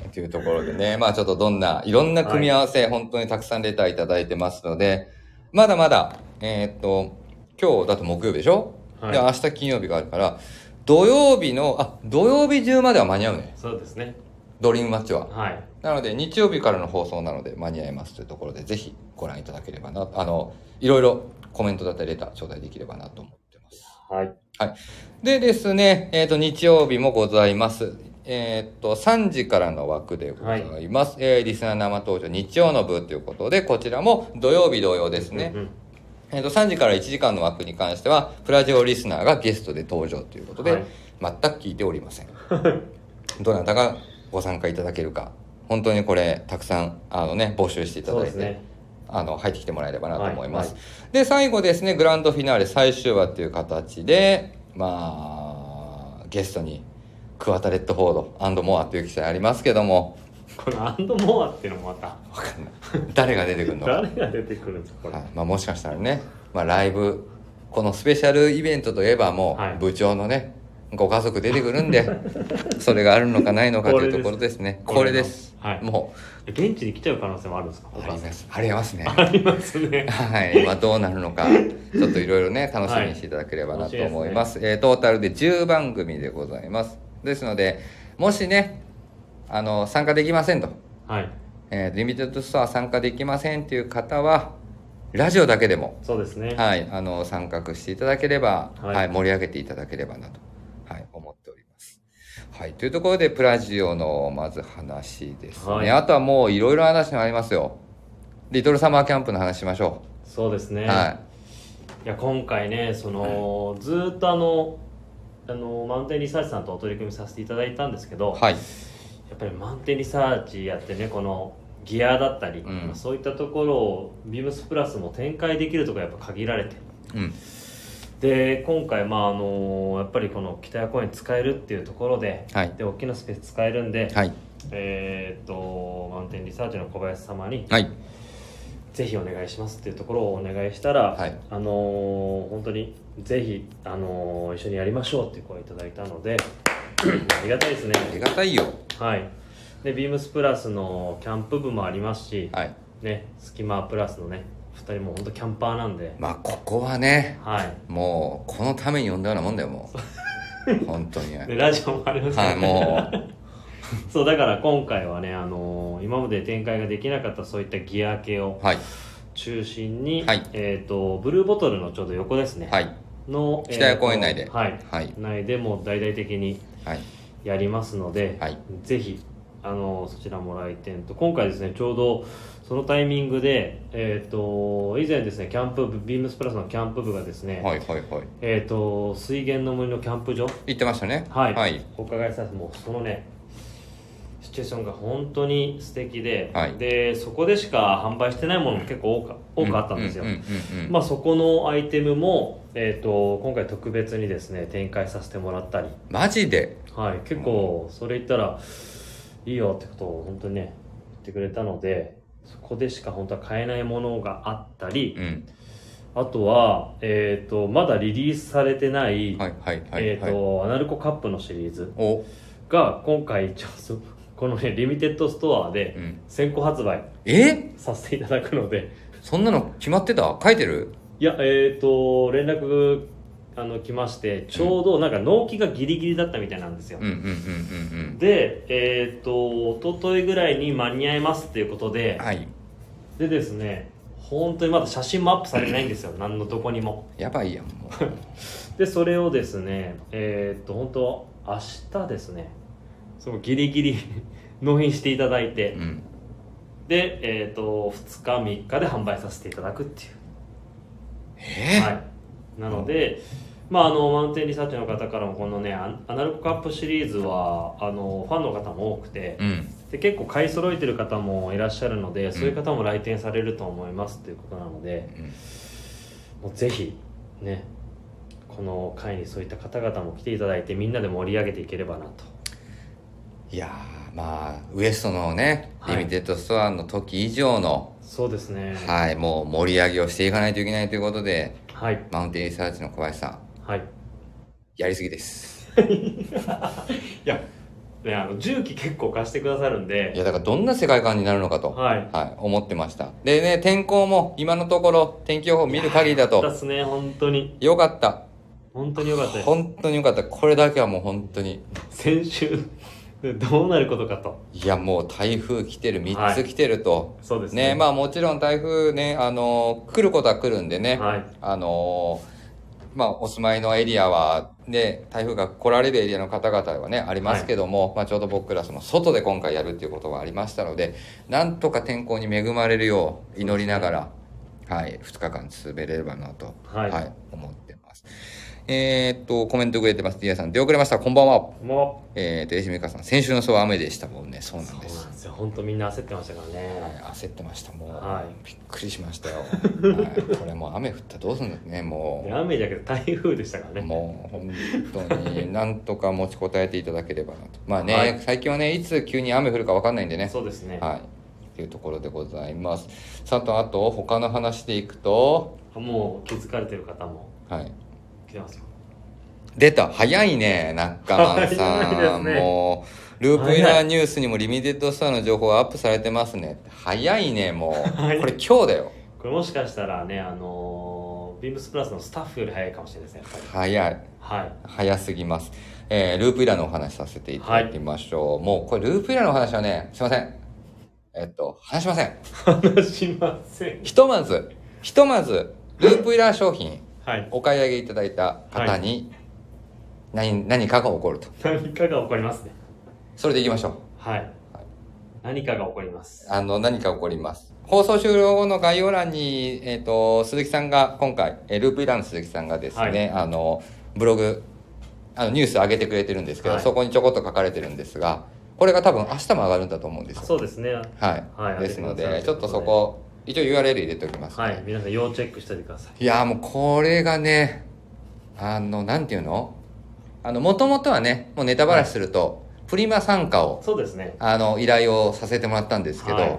[SPEAKER 1] い、というところでねまあちょっとどんないろんな組み合わせ、本当にたくさんレターいただいてますのでまだまだえっ、と今日だと木曜日でしょ、
[SPEAKER 2] はい
[SPEAKER 1] で明日金曜日があるから土曜日のあ土曜日中までは間に合うね
[SPEAKER 2] そうですね
[SPEAKER 1] ドリームマッチは
[SPEAKER 2] はい
[SPEAKER 1] なので日曜日からの放送なので間に合いますというところでぜひご覧いただければなあのいろいろコメントだったりレター頂戴できればなと思ってます
[SPEAKER 2] はい
[SPEAKER 1] でですね、えー、と日曜日もございますえっ、と3時からの枠でございます、えーリスナー生登場日曜の部ということでこちらも土曜日同様ですね、
[SPEAKER 2] うんうん
[SPEAKER 1] えー、と3時から1時間の枠に関してはプラジオリスナーがゲストで登場ということで、
[SPEAKER 2] はい
[SPEAKER 1] 全く聞いておりま せんどなたがご参加いただけるか本当にこれたくさんあの、ね、募集していた
[SPEAKER 2] そう
[SPEAKER 1] だい
[SPEAKER 2] です
[SPEAKER 1] て、
[SPEAKER 2] ね
[SPEAKER 1] あの入ってきてもらえればなと思います、
[SPEAKER 2] は
[SPEAKER 1] で最後ですねグランドフィナーレ最終話という形でまあゲストに桑田レッドフォードモアという記者ありますけど も
[SPEAKER 2] このアンドモアっていうのもまた
[SPEAKER 1] わかんない誰が出てくるのか
[SPEAKER 2] 誰が出てくるんですかこれ、
[SPEAKER 1] はいまあ、もしかしたらね、まあ、ライブこのスペシャルイベントといえばも
[SPEAKER 2] はいう
[SPEAKER 1] 部長のね、ご家族出てくるんでそれがあるのかないのかというところですねこ
[SPEAKER 2] こ
[SPEAKER 1] れ
[SPEAKER 2] れ
[SPEAKER 1] で
[SPEAKER 2] ですすはい
[SPEAKER 1] も
[SPEAKER 2] 現地に来ちゃう可能性もあるんですか
[SPEAKER 1] うありますありますね
[SPEAKER 2] ありますね
[SPEAKER 1] はい、まあ、どうなるのかちょっといろいろね楽しみにしていただければなと思います,、えートータルで10番組でございますですのでもしねあの参加できませんと、
[SPEAKER 2] はい
[SPEAKER 1] えーリミテッドストア参加できませんという方はラジオだけでも
[SPEAKER 2] そうですね
[SPEAKER 1] はい、あの参画していただければ、は
[SPEAKER 2] はいい
[SPEAKER 1] 盛り上げていただければなと、はい、思っております。はい、というところでプラジオのまず話ですね。
[SPEAKER 2] はい
[SPEAKER 1] あとはもういろいろ話がありますよ。リトルサマーキャンプの話しましょ
[SPEAKER 2] そうです
[SPEAKER 1] う。
[SPEAKER 2] ね、
[SPEAKER 1] はい
[SPEAKER 2] や今回ねその、ずーっとあのあのマウンテンリサーチさんとお取り組みさせていただいたんですけど、
[SPEAKER 1] い、はい、
[SPEAKER 2] やっぱりマウンテンリサーチやってねこのギアだったり、
[SPEAKER 1] うん
[SPEAKER 2] まあそういったところをビームスプラスも展開できるところがやっぱ限られて
[SPEAKER 1] うん、
[SPEAKER 2] で今回まああのやっぱりこの北谷公園使えるっていうところで,、
[SPEAKER 1] はい
[SPEAKER 2] で大きなスペース使えるんで、
[SPEAKER 1] はい、
[SPEAKER 2] えーっとマウンテンリサーチの小林様に
[SPEAKER 1] はい、
[SPEAKER 2] ぜひお願いしますっていうところをお願いしたら、
[SPEAKER 1] はい
[SPEAKER 2] あのー本当にぜひ、あのー一緒にやりましょうっていう声をいただいた のでありがたいですね
[SPEAKER 1] ありがたいよ。
[SPEAKER 2] はいでビームスプラスのキャンプ部もありますし、
[SPEAKER 1] はい、
[SPEAKER 2] ねスキマプラスのね2人も本当キャンパーなんで
[SPEAKER 1] まあここはね、
[SPEAKER 2] はい
[SPEAKER 1] もうこのために呼んだようなもんだよもう。本当に。は
[SPEAKER 2] で
[SPEAKER 1] い、
[SPEAKER 2] ラジオもありますね
[SPEAKER 1] も
[SPEAKER 2] そうだから今回はね、あのー今まで展開ができなかったそういったギア系を
[SPEAKER 1] う、はい、
[SPEAKER 2] 中心に、
[SPEAKER 1] はい
[SPEAKER 2] えっ、とブルーボトルのちょうど横ですね、
[SPEAKER 1] はい、
[SPEAKER 2] の
[SPEAKER 1] 北谷公園内で
[SPEAKER 2] えーとはい
[SPEAKER 1] はい、
[SPEAKER 2] 内でもう大々的に
[SPEAKER 1] はい、
[SPEAKER 2] やりますので、
[SPEAKER 1] はい
[SPEAKER 2] ぜひあのそちらも来店と今回ですねちょうどそのタイミングで、えー、と以前ですねキャンプ部ビームスプラスのキャンプ部がですね、
[SPEAKER 1] はい、はい、はい。
[SPEAKER 2] えー、と水源の森のキャンプ場、
[SPEAKER 1] 言ってましたね。
[SPEAKER 2] はい
[SPEAKER 1] はい、
[SPEAKER 2] お伺いしたんですもうそのねシチュエーションが本当に素敵で、
[SPEAKER 1] はい
[SPEAKER 2] でそこでしか販売してないものも結構多か多くあったんですよ、
[SPEAKER 1] うううんうん
[SPEAKER 2] まあ、そこのアイテムも、えー、と今回特別にですね展開させてもらったり、
[SPEAKER 1] マジで
[SPEAKER 2] はい、結構それ言ったらいいよってことを本当にね言ってくれたのでそこでしか本当は買えないものがあったり、
[SPEAKER 1] うん
[SPEAKER 2] あとは、えー、とまだリリースされてない、
[SPEAKER 1] はいはいはい、
[SPEAKER 2] えー
[SPEAKER 1] はい、
[SPEAKER 2] とアナルコカップのシリーズ
[SPEAKER 1] お、
[SPEAKER 2] が今回ちょっとこのねリミテッドストア
[SPEAKER 1] う
[SPEAKER 2] で
[SPEAKER 1] ん、
[SPEAKER 2] 先行発売
[SPEAKER 1] え
[SPEAKER 2] させていただくので
[SPEAKER 1] そんなの決まってた書いてる
[SPEAKER 2] いやえっ、と連絡あの来ましてちょうどなんか納期がギリギリだったみたいなんですよ、
[SPEAKER 1] うんうんうんうん
[SPEAKER 2] で、えっと一昨日ぐらいに間に合いますっていうこと
[SPEAKER 1] う
[SPEAKER 2] で
[SPEAKER 1] んはい
[SPEAKER 2] でですね本当にまだ写真もアップされてないん ですよ何のどこにも
[SPEAKER 1] やばいやんもう
[SPEAKER 2] でそれをですねえっと本当明日ですねそのギリギリ 納品していただい て、
[SPEAKER 1] うん
[SPEAKER 2] で、えー、と2日3日で販売させていただくっていう
[SPEAKER 1] えー
[SPEAKER 2] はい、なので、まあ、あのマウンテンリサーチの方からもこのねアアナログカップシリーズはあのファンの方も多くて
[SPEAKER 1] うん
[SPEAKER 2] で結構買い揃えてる方もいらっしゃるのでそういう方も来店されると思いますということなので
[SPEAKER 1] うん
[SPEAKER 2] もうぜひねこの会にそういった方々も来ていただいてみんなで盛り上げていければなと
[SPEAKER 1] いやーまあウエストのね、
[SPEAKER 2] はい
[SPEAKER 1] リミテッドストアの時以上の、
[SPEAKER 2] そうですね
[SPEAKER 1] はい、もう盛り上げをしていかないといけないということで
[SPEAKER 2] はい
[SPEAKER 1] マウンテンリサーチの小林さん
[SPEAKER 2] はい
[SPEAKER 1] やりすぎです
[SPEAKER 2] いやねあの重機結構貸してくださるん
[SPEAKER 1] い
[SPEAKER 2] で
[SPEAKER 1] やだからどんな世界観になるのかと、は
[SPEAKER 2] はい
[SPEAKER 1] い思ってましたでね天候も今のところ天気予報見る限りだ
[SPEAKER 2] だっ
[SPEAKER 1] と
[SPEAKER 2] すね本当に
[SPEAKER 1] よかった
[SPEAKER 2] 本当によかったです
[SPEAKER 1] 本当によかったこれだけはもう本当に
[SPEAKER 2] 先週どうなることかと
[SPEAKER 1] いやもう台風来てる3
[SPEAKER 2] は
[SPEAKER 1] つ
[SPEAKER 2] い
[SPEAKER 1] 来てると、
[SPEAKER 2] そうです
[SPEAKER 1] ねまあもちろん台風ねあの来ることは来るんでね、
[SPEAKER 2] はい
[SPEAKER 1] あのーまあ、お住まいのエリアは、ね、台風が来られるエリアの方々はね、ありますけども、まあ、ちょうど僕らその外で今回やるっていうことがありましたので、なんとか天候に恵まれるよう祈りながら、はい、2日間滑れればなと、
[SPEAKER 2] はい
[SPEAKER 1] 思ってます。えーっと、コメントくれてます。ディアさん、出遅れました。こんばんは。
[SPEAKER 2] も
[SPEAKER 1] えーっと、えしみかさん、先週のそう雨でしたもんね。そう
[SPEAKER 2] う
[SPEAKER 1] なん
[SPEAKER 2] そう
[SPEAKER 1] です
[SPEAKER 2] な。んですよ本当みんな焦ってましたから
[SPEAKER 1] はい
[SPEAKER 2] ね、
[SPEAKER 1] 焦ってました。もう、
[SPEAKER 2] はい
[SPEAKER 1] びっくりしました よ。はい、これもう雨降ったらどうするんだってね、もう
[SPEAKER 2] で。雨じゃなくて台風でしたからね
[SPEAKER 1] もう本当になんとか持ちこたえていただければな と。まあね、
[SPEAKER 2] はい
[SPEAKER 1] 最近はね、いつ急に雨降るかわかんないんでね。
[SPEAKER 2] そうですね、
[SPEAKER 1] はい。っていうところでございます。さと、あと、他の話でいくと、
[SPEAKER 2] もう気づかれてる方も
[SPEAKER 1] はい。
[SPEAKER 2] 来てますよ
[SPEAKER 1] 出た早いね、ナッカマンさ
[SPEAKER 2] 早
[SPEAKER 1] ん。
[SPEAKER 2] いですね
[SPEAKER 1] もう、ループイナーニュースにもリミテッドストアの情報がアップされてますね。早いね、もう。
[SPEAKER 2] 早い
[SPEAKER 1] これ今日だよ。
[SPEAKER 2] これもしかしたらねあのービームスプラスのスタッフより早いかもしれないですねやっぱり
[SPEAKER 1] 早い。
[SPEAKER 2] はい
[SPEAKER 1] 早すぎます。えーループイラーのお話させていただきましょう。もう、これループイラーのお話はね、すいません。えっと、話しません。
[SPEAKER 2] 話しません
[SPEAKER 1] ひとまず、ひとまず、ループイラー商品、
[SPEAKER 2] はい
[SPEAKER 1] お買い上げいただいた方に、何、何かが起こると。
[SPEAKER 2] 何かが起こりますね
[SPEAKER 1] それでいきましょう。
[SPEAKER 2] はい何かが起こります
[SPEAKER 1] あの、何か起こります。放送終了後の概要欄に、えっ、と、鈴木さんが、今回、えーループイラーの鈴木さんがですね、
[SPEAKER 2] はい
[SPEAKER 1] あの、ブログ、あの、ニュース上げてくれてるんですけど、
[SPEAKER 2] はい
[SPEAKER 1] そこにちょこっと書かれてるんですが、これが多分明日も上がるんだと思うんですよ。
[SPEAKER 2] そうですね
[SPEAKER 1] はい、
[SPEAKER 2] はい
[SPEAKER 1] ですの
[SPEAKER 2] あり
[SPEAKER 1] で
[SPEAKER 2] が
[SPEAKER 1] ち
[SPEAKER 2] と
[SPEAKER 1] ょ
[SPEAKER 2] う
[SPEAKER 1] っ
[SPEAKER 2] ご
[SPEAKER 1] と
[SPEAKER 2] ざいます
[SPEAKER 1] そこ一応 URL 入れておきます、
[SPEAKER 2] はい皆さん要チェックしておいてください
[SPEAKER 1] いやーもうこれがねあのなんていうのあのもともとはねもうネタバラシすると、プリマ参加を
[SPEAKER 2] そうですね
[SPEAKER 1] あの依頼をさせてもらったんですけど、
[SPEAKER 2] はい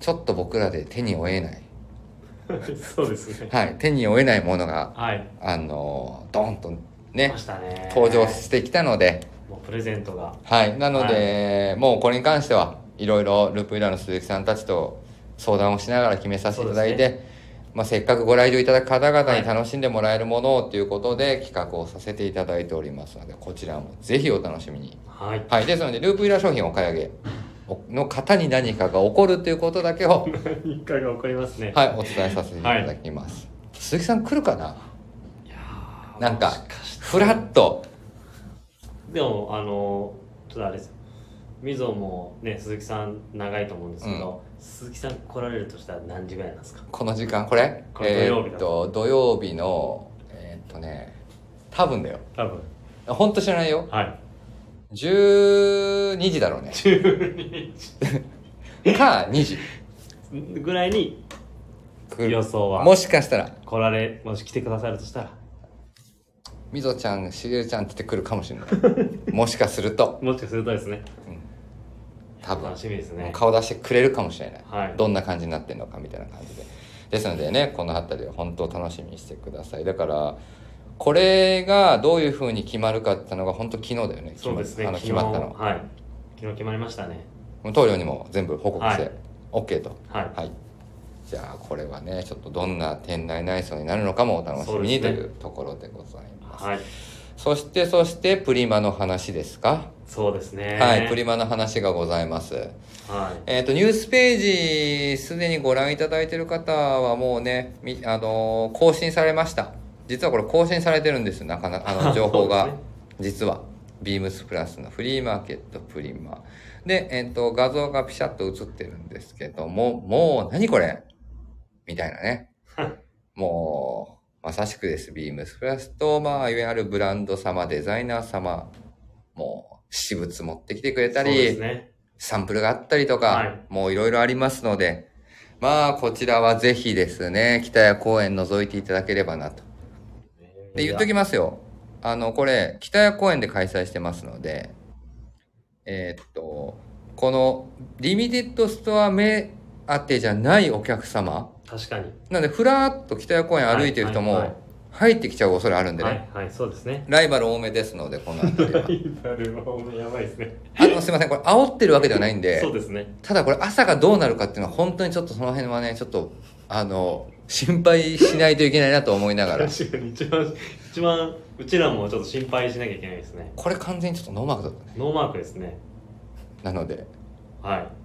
[SPEAKER 1] ちょっと僕らで手に負えない、
[SPEAKER 2] そうですね
[SPEAKER 1] はい、手に負えないものが
[SPEAKER 2] はい
[SPEAKER 1] あのドーンと
[SPEAKER 2] 来
[SPEAKER 1] ね
[SPEAKER 2] ましたね
[SPEAKER 1] 登場してきたので、
[SPEAKER 2] もうプレゼントが
[SPEAKER 1] はい、なので、もうこれに関してはいろいろループイラーの鈴木さんたちと相談をしながら決めさせていただいて、
[SPEAKER 2] そ
[SPEAKER 1] まあ、せっかくご来場いただく方々
[SPEAKER 2] は
[SPEAKER 1] に
[SPEAKER 2] い
[SPEAKER 1] 楽しんでもらえるものをということで企画をさせていただいておりますのでこちらもぜひお楽しみに、
[SPEAKER 2] はい
[SPEAKER 1] はい、ですのでループイラー商品をお買い上げの方に何かが起こるということだけを、
[SPEAKER 2] 何かが起こりますね
[SPEAKER 1] はい、お伝えさせていただきます、鈴木さん来るかない
[SPEAKER 2] やー
[SPEAKER 1] なんか
[SPEAKER 2] もしし
[SPEAKER 1] フラッと
[SPEAKER 2] でもあのちょっとあれですよみぞもね鈴木さん長いと思うんですけど、鈴木さん来られるとしたら何時ぐらいなんですか
[SPEAKER 1] この時間これ
[SPEAKER 2] これ土曜日
[SPEAKER 1] え
[SPEAKER 2] だ
[SPEAKER 1] ーっと土曜日のえーっとね多分だよ
[SPEAKER 2] 多分
[SPEAKER 1] ほんと知らないよ。
[SPEAKER 2] はい
[SPEAKER 1] 12時だろうね。
[SPEAKER 2] 12
[SPEAKER 1] か、2時。
[SPEAKER 2] 時ぐらいに
[SPEAKER 1] 来
[SPEAKER 2] 予
[SPEAKER 1] る
[SPEAKER 2] 想は
[SPEAKER 1] もしかしたら、
[SPEAKER 2] 来られもし来てくださるとしたら
[SPEAKER 1] みぞちゃん、しげるちゃんって来るかもしれない。もしかすると、
[SPEAKER 2] もしかするとですね
[SPEAKER 1] 多分
[SPEAKER 2] 楽、しみですね
[SPEAKER 1] 顔出してくれるかもしれない。
[SPEAKER 2] はい
[SPEAKER 1] どんな感じになってるのかみたいな感じで。ですのでね、この辺りは本当楽しみにしてください。だから、これがどういう風に決まるかってのが本当昨日だよね。
[SPEAKER 2] そうですね
[SPEAKER 1] 決まあの決ま
[SPEAKER 2] 昨日
[SPEAKER 1] ったの。
[SPEAKER 2] はい昨日決まりましたね
[SPEAKER 1] 棟梁にも全部報告し
[SPEAKER 2] は
[SPEAKER 1] て
[SPEAKER 2] い、
[SPEAKER 1] OK と。
[SPEAKER 2] はい
[SPEAKER 1] はい。じゃあこれはね、ちょっとどんな店内内装になるのかもお楽しみにと
[SPEAKER 2] そ
[SPEAKER 1] い
[SPEAKER 2] うですね
[SPEAKER 1] うところでございます。
[SPEAKER 2] はい
[SPEAKER 1] そしてそしてプリマの話ですか、
[SPEAKER 2] そうですね
[SPEAKER 1] はい、プリマの話がございます。
[SPEAKER 2] はい
[SPEAKER 1] えっ、と、ニュースページ、すでにご覧いただいている方はもうね、みあの ー更新されました。実はこれ更新されてるんです、なかなか、あの、情報が、
[SPEAKER 2] そうですね
[SPEAKER 1] 実は。ビームスプラスのフリーマーケットプリマ。で、えっ、と、画像がピシャッと映ってるんですけども、もう、何これみたいな ね。もう、まさしくです。ビームスプラスと、まあ、いわゆるブランド様、デザイナー様、もう、私物持ってきてくれた
[SPEAKER 2] そうで
[SPEAKER 1] り、
[SPEAKER 2] すね。
[SPEAKER 1] サンプルがあったりとか、
[SPEAKER 2] はい
[SPEAKER 1] もういろいろありますので、まあ、こちらはぜひですね、北谷公園覗いていただければなと。で、言っとき
[SPEAKER 2] ま
[SPEAKER 1] ますよ。あの、これ、北谷公園で開催してますので、えーっと、この、リミテッドストア目当てじゃないお客様、
[SPEAKER 2] す。確かに。
[SPEAKER 1] なんで、ふらーっと北谷公園歩いてる人
[SPEAKER 2] はいはいは
[SPEAKER 1] も、入ってきちゃう恐れあるんでね、
[SPEAKER 2] はい、はい、そうですね。
[SPEAKER 1] ライバル多めですので、この辺りは
[SPEAKER 2] ラ。イバルはもうやばいですね。
[SPEAKER 1] あの、すいません、これ、煽ってるわけではないんで、
[SPEAKER 2] そうですね。
[SPEAKER 1] ただこれ朝がどうなるかっていうのは本当にちょっとその辺はねちょっとあの心配しないといけないなと思いなが ら
[SPEAKER 2] 確かに一番、一番、うちらもちょっと心配しなきゃいけないですね。
[SPEAKER 1] これ完全にちょっとノーマークだったね
[SPEAKER 2] ノーマークですね。
[SPEAKER 1] なので
[SPEAKER 2] はい。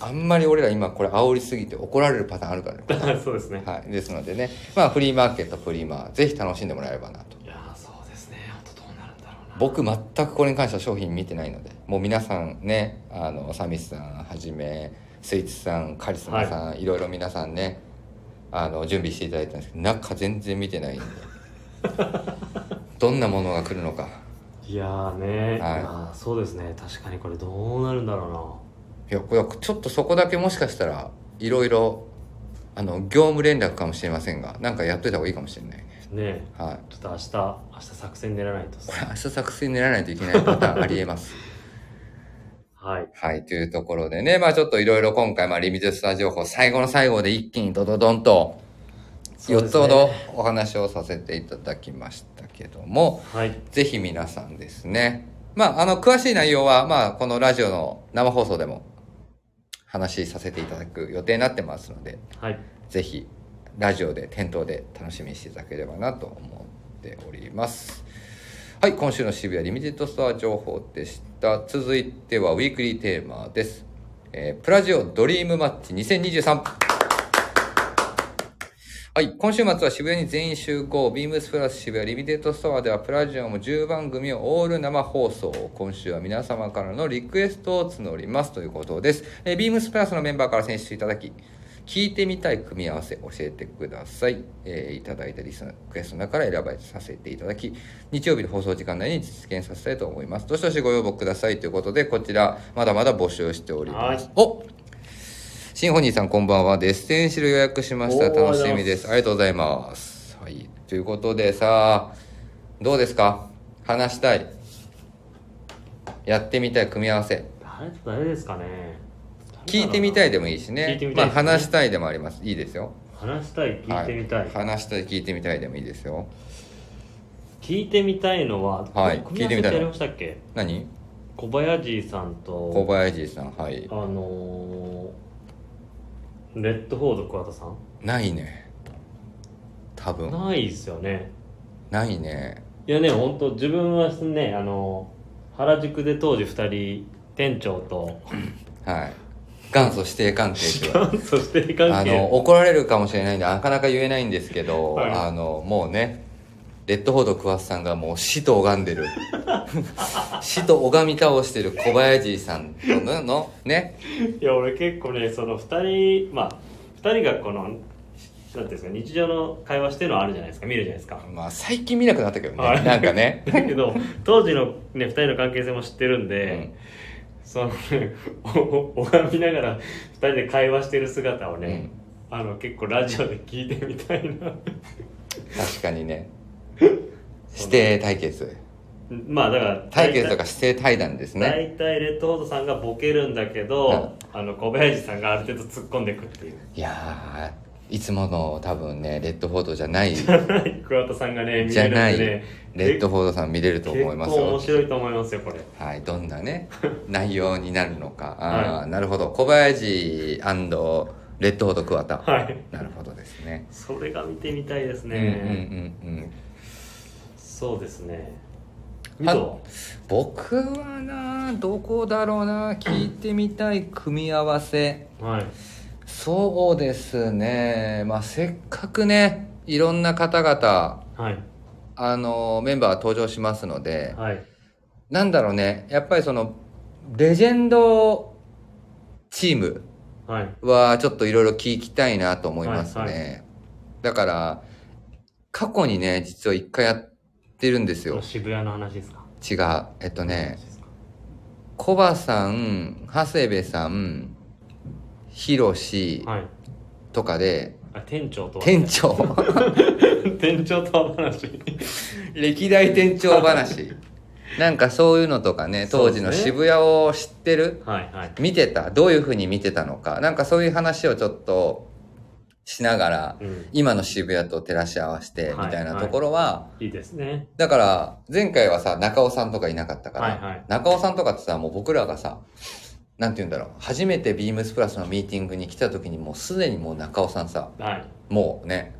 [SPEAKER 1] あんまり俺ら今これ煽りすぎて怒られるパターンあるからね
[SPEAKER 2] そうですね。
[SPEAKER 1] はいですのでねまあフリーマーケットプリーマーぜひ楽しんでもらえればなと
[SPEAKER 2] いやーそうですね。本当どうなるんだろうな。
[SPEAKER 1] 僕全くこれに関しては商品見てないのでもう皆さんねあのサミスさんはじめスイーツさんカリスマさん、いろいろ皆さんねあの準備していただいたんですけど中全然見てないんでどんなものが来るのか
[SPEAKER 2] いやーね、
[SPEAKER 1] はい
[SPEAKER 2] まあそうですね。確かにこれどうなるんだろ
[SPEAKER 1] いやこれちょっとそこだけもしかしたらいろいろあの業務連絡かもしれませんがなんかやっといた方がいいかもしれないね
[SPEAKER 2] うな。ねえ
[SPEAKER 1] はい
[SPEAKER 2] ちょっと明日、明日作戦練らないとっす
[SPEAKER 1] これ明日作戦練らないといけないパターンありえます
[SPEAKER 2] はい。
[SPEAKER 1] はい、というところでね、まあちょっといろいろ今回、まあリミテッドスター情報、最後の最後で一気にドドドンと、
[SPEAKER 2] そう
[SPEAKER 1] 4
[SPEAKER 2] で
[SPEAKER 1] つ
[SPEAKER 2] すね
[SPEAKER 1] ほどお話をさせていただきましたけども、
[SPEAKER 2] はい。
[SPEAKER 1] ぜひ皆さんですね、まああの、詳しい内容は、まあこのラジオの生放送でも話しさせていただく予定になってますので、
[SPEAKER 2] はい。
[SPEAKER 1] ぜひラジオで店頭で楽しみにしていただければなと思っておりますはい今週の渋谷リミテッドストア情報でした続いてはウィークリーテーマです、えープラジオドリームマッチ2023はい。今週末は渋谷に全員集合、ビームスプラス渋谷リミテッドストアではプラジオも10番組をオール生放送。今週は皆様からのリクエストを募りますということです。えービームスプラスのメンバーから選出いただき、聞いてみたい組み合わせ教えてください。えーいただいたリスナーリクエストの中から選ばさせていただき、日曜日の放送時間内に実現させたいと思います。どしどしご要望くださいということで、こちら、まだまだ募集しております。おシンフォニーさんこんばんは。デッセンシル予約しました。
[SPEAKER 2] おー
[SPEAKER 1] 楽しみです。ありがとうございます。はい。ということでさあ、どうですか話したい。やってみたい組み合わせ。
[SPEAKER 2] 誰と誰ですかね。
[SPEAKER 1] 聞いてみたいで
[SPEAKER 2] で。
[SPEAKER 1] もいいしね。
[SPEAKER 2] 聞いてみたいですね
[SPEAKER 1] まあ話したいでもあります。いいですよ。
[SPEAKER 2] 話したい、聞いてみたい。
[SPEAKER 1] は話したい、聞いてみたいでもいいですよ。
[SPEAKER 2] 聞いてみたいのは、
[SPEAKER 1] はい
[SPEAKER 2] 組み合わせってやりましたっけ
[SPEAKER 1] 何
[SPEAKER 2] 小林さん
[SPEAKER 1] 小
[SPEAKER 2] と、
[SPEAKER 1] 林さん、はい
[SPEAKER 2] あ。のー、レッドフォード桑田さん。
[SPEAKER 1] ないね。多分。
[SPEAKER 2] ないですよね。
[SPEAKER 1] ないね。
[SPEAKER 2] いやね、本当自分はね、あのー、原宿で当時二人、店長と、
[SPEAKER 1] はい。元祖指定関係者は。
[SPEAKER 2] そして関係
[SPEAKER 1] あの怒られるかもしれないんでなかなか言えないんですけど、
[SPEAKER 2] はい
[SPEAKER 1] あのもうねレッドホード桑田さんがもう死と拝ん でる死と拝み倒してる小林さんとののね
[SPEAKER 2] いや俺結構ねその2人まあ2人がこのなんていうんですか日常の会話してるのあるじゃないですか見るじゃないですか
[SPEAKER 1] まあ最近見なくなったけどね、
[SPEAKER 2] はい
[SPEAKER 1] なんかね
[SPEAKER 2] だけど当時の、ね、2人の関係性も知ってるんで、そのねおお 拝みながら2人で会話してる姿をね、あの結構ラジオで聞いてみたいな
[SPEAKER 1] 確かにね指定対決
[SPEAKER 2] まあだから
[SPEAKER 1] 対決とか指定対談ですね
[SPEAKER 2] 大体レッドホードさんがボケるんだけど、
[SPEAKER 1] は
[SPEAKER 2] あの小林さんがある程度突っ込んでくっていう
[SPEAKER 1] いやーいつもの多分ねレッドホードじゃ ない
[SPEAKER 2] 桑田さんがね見
[SPEAKER 1] じ
[SPEAKER 2] れ
[SPEAKER 1] ゃ
[SPEAKER 2] るんで
[SPEAKER 1] ない
[SPEAKER 2] ね
[SPEAKER 1] レッドホードさん見れると思います
[SPEAKER 2] 結構
[SPEAKER 1] よ
[SPEAKER 2] 面白いと思いますよこれ
[SPEAKER 1] はい、どんな ね内容になるのかあー、
[SPEAKER 2] は
[SPEAKER 1] なるほど小林レッドホード桑田、
[SPEAKER 2] はい
[SPEAKER 1] なるほどですね
[SPEAKER 2] それが見てみたいです
[SPEAKER 1] う
[SPEAKER 2] ね
[SPEAKER 1] ん、うんうんうん
[SPEAKER 2] そうですねみ
[SPEAKER 1] は
[SPEAKER 2] と
[SPEAKER 1] 僕はなどこだろうな聞いてみたい組み合わせ
[SPEAKER 2] はい
[SPEAKER 1] そうですねまあせっかくねいろんな方々
[SPEAKER 2] はい
[SPEAKER 1] あのメンバー登場しますので、
[SPEAKER 2] はい
[SPEAKER 1] なんだろうね、やっぱりその、レジェンドチーム
[SPEAKER 2] はい。
[SPEAKER 1] はちょっといろいろ聞きたいなと思いますね。
[SPEAKER 2] はい
[SPEAKER 1] だから、過去にね、実は一回やってるんですよ。
[SPEAKER 2] 渋谷の話ですか。
[SPEAKER 1] 違う。えっとね、
[SPEAKER 2] 話ですか
[SPEAKER 1] コバさん、長谷部さん、ヒロシ
[SPEAKER 2] はい。
[SPEAKER 1] とかで、
[SPEAKER 2] あ店長と
[SPEAKER 1] 店長、
[SPEAKER 2] 店長と話。
[SPEAKER 1] 歴代店長話。なんかそういうのとかね、当時の
[SPEAKER 2] そうですね
[SPEAKER 1] 渋谷を知ってる
[SPEAKER 2] はいはい。
[SPEAKER 1] 見てたどういうふうに見てたのかなんかそういう話をちょっとしながら
[SPEAKER 2] うん。
[SPEAKER 1] 今の渋谷と照らし合わせて
[SPEAKER 2] はい
[SPEAKER 1] みたいなところは、
[SPEAKER 2] いいですね。
[SPEAKER 1] だから前回はさ中尾さんとかいなかったから、
[SPEAKER 2] はいはい
[SPEAKER 1] 中尾さんとかってさもう僕らがさなんて言うんだろう初めてビームスプラスのミーティングに来た時にもうすでにもう中尾さんさ
[SPEAKER 2] はい。
[SPEAKER 1] もうね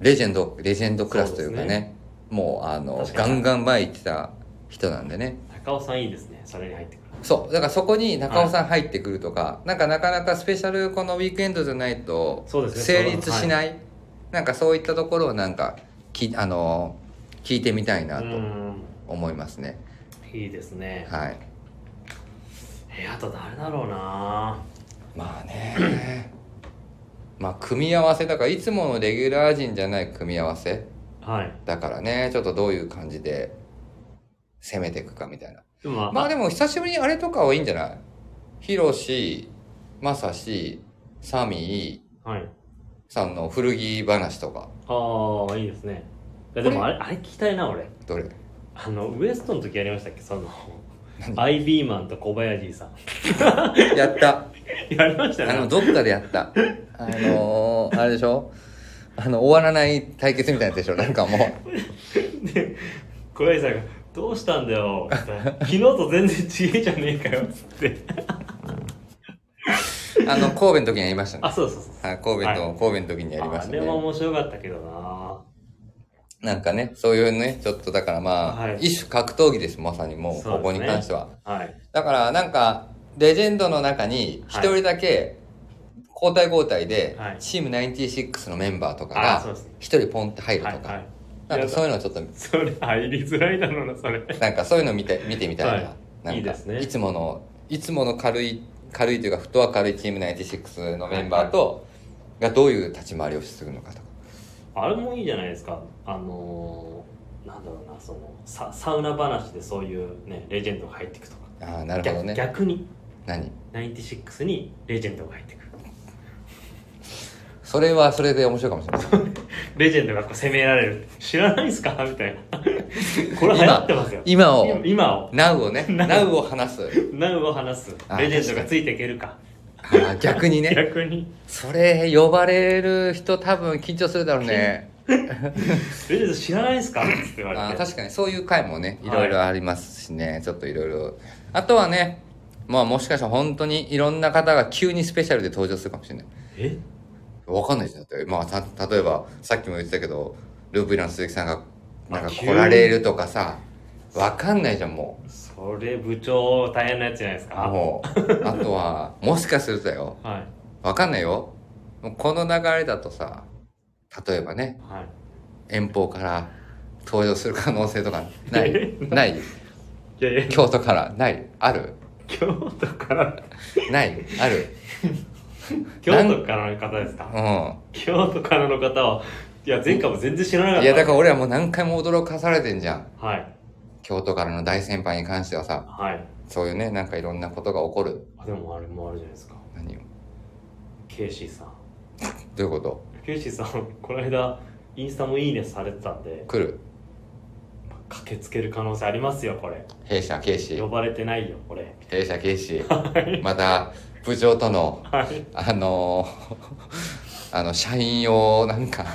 [SPEAKER 1] レジェンドレジェンドクラスというかね
[SPEAKER 2] そうですね
[SPEAKER 1] もうあの
[SPEAKER 2] 確か
[SPEAKER 1] ガ
[SPEAKER 2] に
[SPEAKER 1] ンガン前行ってた人なんでね
[SPEAKER 2] 高尾さんいいですね。それに入ってくる。
[SPEAKER 1] そうだからそこに中尾さん入ってくるとか、なんかなかなかスペシャルこのウィークエンドじゃないと
[SPEAKER 2] そうですね
[SPEAKER 1] 成立しない、なんかそういったところをなんかきあの聞いてみたいな
[SPEAKER 2] う
[SPEAKER 1] と
[SPEAKER 2] ん。
[SPEAKER 1] 思いますね、
[SPEAKER 2] いいですね。
[SPEAKER 1] はい
[SPEAKER 2] えあと誰だろうな。
[SPEAKER 1] まあね まあ組み合わせだからいつものレギュラー陣じゃない組み合わせ
[SPEAKER 2] はい。
[SPEAKER 1] だからねちょっとどういう感じで攻めていくかみたいな
[SPEAKER 2] でも
[SPEAKER 1] まあでも久しぶりにあれとかはいいんじゃないヒロシマサシサミー
[SPEAKER 2] はい。
[SPEAKER 1] さんの古着話とか
[SPEAKER 2] ああいいですね。いやでもあれあれ聞きたいな俺。
[SPEAKER 1] どれ
[SPEAKER 2] あのウエストの時やりましたっけその
[SPEAKER 1] 何
[SPEAKER 2] アイビーマンと小林さん
[SPEAKER 1] やった
[SPEAKER 2] やりました
[SPEAKER 1] あの
[SPEAKER 2] ね
[SPEAKER 1] どっかでやったあのー、あれでしょあの終わらない対決みたいなやつでしょなんかもう
[SPEAKER 2] で小林さんが「どうしたんだよ」って言ったら昨日と全然違えじゃねえかよ」っつって
[SPEAKER 1] あの神戸の時にやりましたね
[SPEAKER 2] あそうそうそう
[SPEAKER 1] はい神戸の神戸の時にやりました
[SPEAKER 2] あれも
[SPEAKER 1] ね
[SPEAKER 2] 面白かったけどな
[SPEAKER 1] なんかねそういうねちょっとだからまあ、
[SPEAKER 2] はい
[SPEAKER 1] 一種格闘技ですまさにもう
[SPEAKER 2] そうですね
[SPEAKER 1] ここに関しては、
[SPEAKER 2] はい
[SPEAKER 1] だからなんかレジェンドの中に一人だけ交代交代で、
[SPEAKER 2] はい
[SPEAKER 1] チーム96のメンバーとか
[SPEAKER 2] あそう
[SPEAKER 1] が
[SPEAKER 2] ですね
[SPEAKER 1] 一人ポンって入ると
[SPEAKER 2] は
[SPEAKER 1] か、
[SPEAKER 2] いはい
[SPEAKER 1] なん
[SPEAKER 2] い
[SPEAKER 1] か
[SPEAKER 2] や
[SPEAKER 1] そういうのはちょっと
[SPEAKER 2] それ入りづらいだろうなそれ
[SPEAKER 1] なんかそういうの見て見てみたいな,、
[SPEAKER 2] はい
[SPEAKER 1] なんか
[SPEAKER 2] いいですね
[SPEAKER 1] いつものいつもの軽い軽いというかフットワーク軽いチーム96のメンバーと、がどういう立ち回りをするのかとか
[SPEAKER 2] あれもいいじゃないですかあのー、なんだろうなそのササウナ話でそういうねレジェンドが入っていくとか
[SPEAKER 1] ああなるほど
[SPEAKER 2] 逆
[SPEAKER 1] ね
[SPEAKER 2] 逆に
[SPEAKER 1] 何
[SPEAKER 2] 96にレジェンドが入ってくる
[SPEAKER 1] それはそれで面白いかもしれない
[SPEAKER 2] レジェンドがこう攻められる知らないんすかみた いなこれ流行ってますよ
[SPEAKER 1] 今を
[SPEAKER 2] 今を
[SPEAKER 1] ナウを ねナウを話す
[SPEAKER 2] ナウを話す
[SPEAKER 1] あ
[SPEAKER 2] レジェンドがついていけるか
[SPEAKER 1] あー逆にね
[SPEAKER 2] 逆に
[SPEAKER 1] それ呼ばれる人多分緊張するだろうね
[SPEAKER 2] レジェンド知らないんすかって言われて
[SPEAKER 1] あー確
[SPEAKER 2] か
[SPEAKER 1] かにそういう回もね
[SPEAKER 2] はい
[SPEAKER 1] いろいろありますしね、ちょっといろいろあとはねまあもしかしたら本当にいろんな方が急にスペシャルで登場するかもしれない
[SPEAKER 2] え
[SPEAKER 1] わかんないですよだってまあた例えばさっきも言ってたけどループイラの鈴木さんがなん
[SPEAKER 2] あ
[SPEAKER 1] か
[SPEAKER 2] 急
[SPEAKER 1] 来
[SPEAKER 2] に
[SPEAKER 1] られるとかさわかんないじゃんも
[SPEAKER 2] それ部長大変なやつじゃないです
[SPEAKER 1] う
[SPEAKER 2] か
[SPEAKER 1] もうあとはもしかするとだよ
[SPEAKER 2] はい
[SPEAKER 1] わかんないよもうこの流れだとさ例えばね
[SPEAKER 2] はい
[SPEAKER 1] 遠方から登場する可能性とかない ない
[SPEAKER 2] いやいや
[SPEAKER 1] 京都からないある
[SPEAKER 2] 京都から
[SPEAKER 1] ないある
[SPEAKER 2] 京都からの方ですか
[SPEAKER 1] う
[SPEAKER 2] 京都からの方はいや前回も全然知らなかっ
[SPEAKER 1] ん
[SPEAKER 2] た
[SPEAKER 1] いやだから俺はもう何回も驚かされてんじゃん
[SPEAKER 2] はい
[SPEAKER 1] 京都からの大先輩に関してはさ
[SPEAKER 2] はい
[SPEAKER 1] そういうねなんかいろんなことが起こる
[SPEAKER 2] あでもあれもあるじゃないですか
[SPEAKER 1] 何を
[SPEAKER 2] ケイシーさん
[SPEAKER 1] どういうこと
[SPEAKER 2] ケイシーさんこの間インスタもいいねされてたんで
[SPEAKER 1] 来る
[SPEAKER 2] 駆けつける可能性ありますよこれ
[SPEAKER 1] 弊社警視
[SPEAKER 2] 呼ばれてないよこれ
[SPEAKER 1] 弊社警視また部長との
[SPEAKER 2] はい
[SPEAKER 1] あの ーあの社員用なんか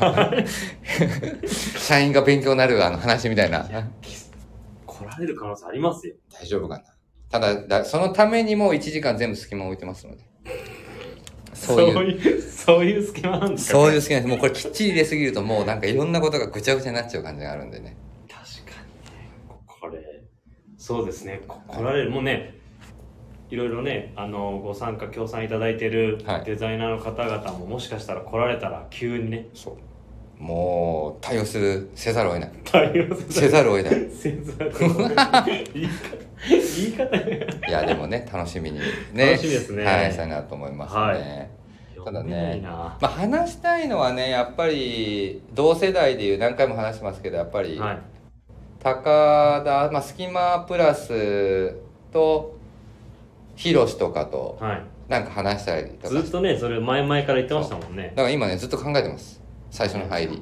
[SPEAKER 1] 社員が勉強になるあの話みたいな
[SPEAKER 2] 来られる可能性ありますよ
[SPEAKER 1] 大丈夫かなただだそのためにもう1時間全部隙間置いてますのでそういう
[SPEAKER 2] いうそういう隙間なんですか
[SPEAKER 1] そういう隙間ですもうこれきっちり入れすぎるともうなんかいろんなことがぐちゃぐちゃになっちゃう感じがあるんでね
[SPEAKER 2] 確かにねここれそうですねこ来られるもうねいろいろねあのご参加協賛いただいてる
[SPEAKER 1] はい
[SPEAKER 2] デザイナーの方々ももしかしたら来られたら急にね
[SPEAKER 1] そうもう対応するせざるを得ない
[SPEAKER 2] 対応
[SPEAKER 1] せ
[SPEAKER 2] せざ
[SPEAKER 1] ざるを得ない
[SPEAKER 2] るせざるを得ない言い方言い方が
[SPEAKER 1] いやでもね楽しみにね
[SPEAKER 2] 楽しみですね
[SPEAKER 1] はいしたいなと思いますね、
[SPEAKER 2] はい
[SPEAKER 1] ただね
[SPEAKER 2] 読めないな
[SPEAKER 1] まあ、話したいのはねやっぱり同世代でいう何回も話してますけどやっぱり、
[SPEAKER 2] はい
[SPEAKER 1] 高田、まあ、隙間プラスとヒロシとかと
[SPEAKER 2] はい
[SPEAKER 1] なんか話したりとか
[SPEAKER 2] ずっとねそれ前々から言ってましたもんね
[SPEAKER 1] だから今ねずっと考えてます最初の入 り、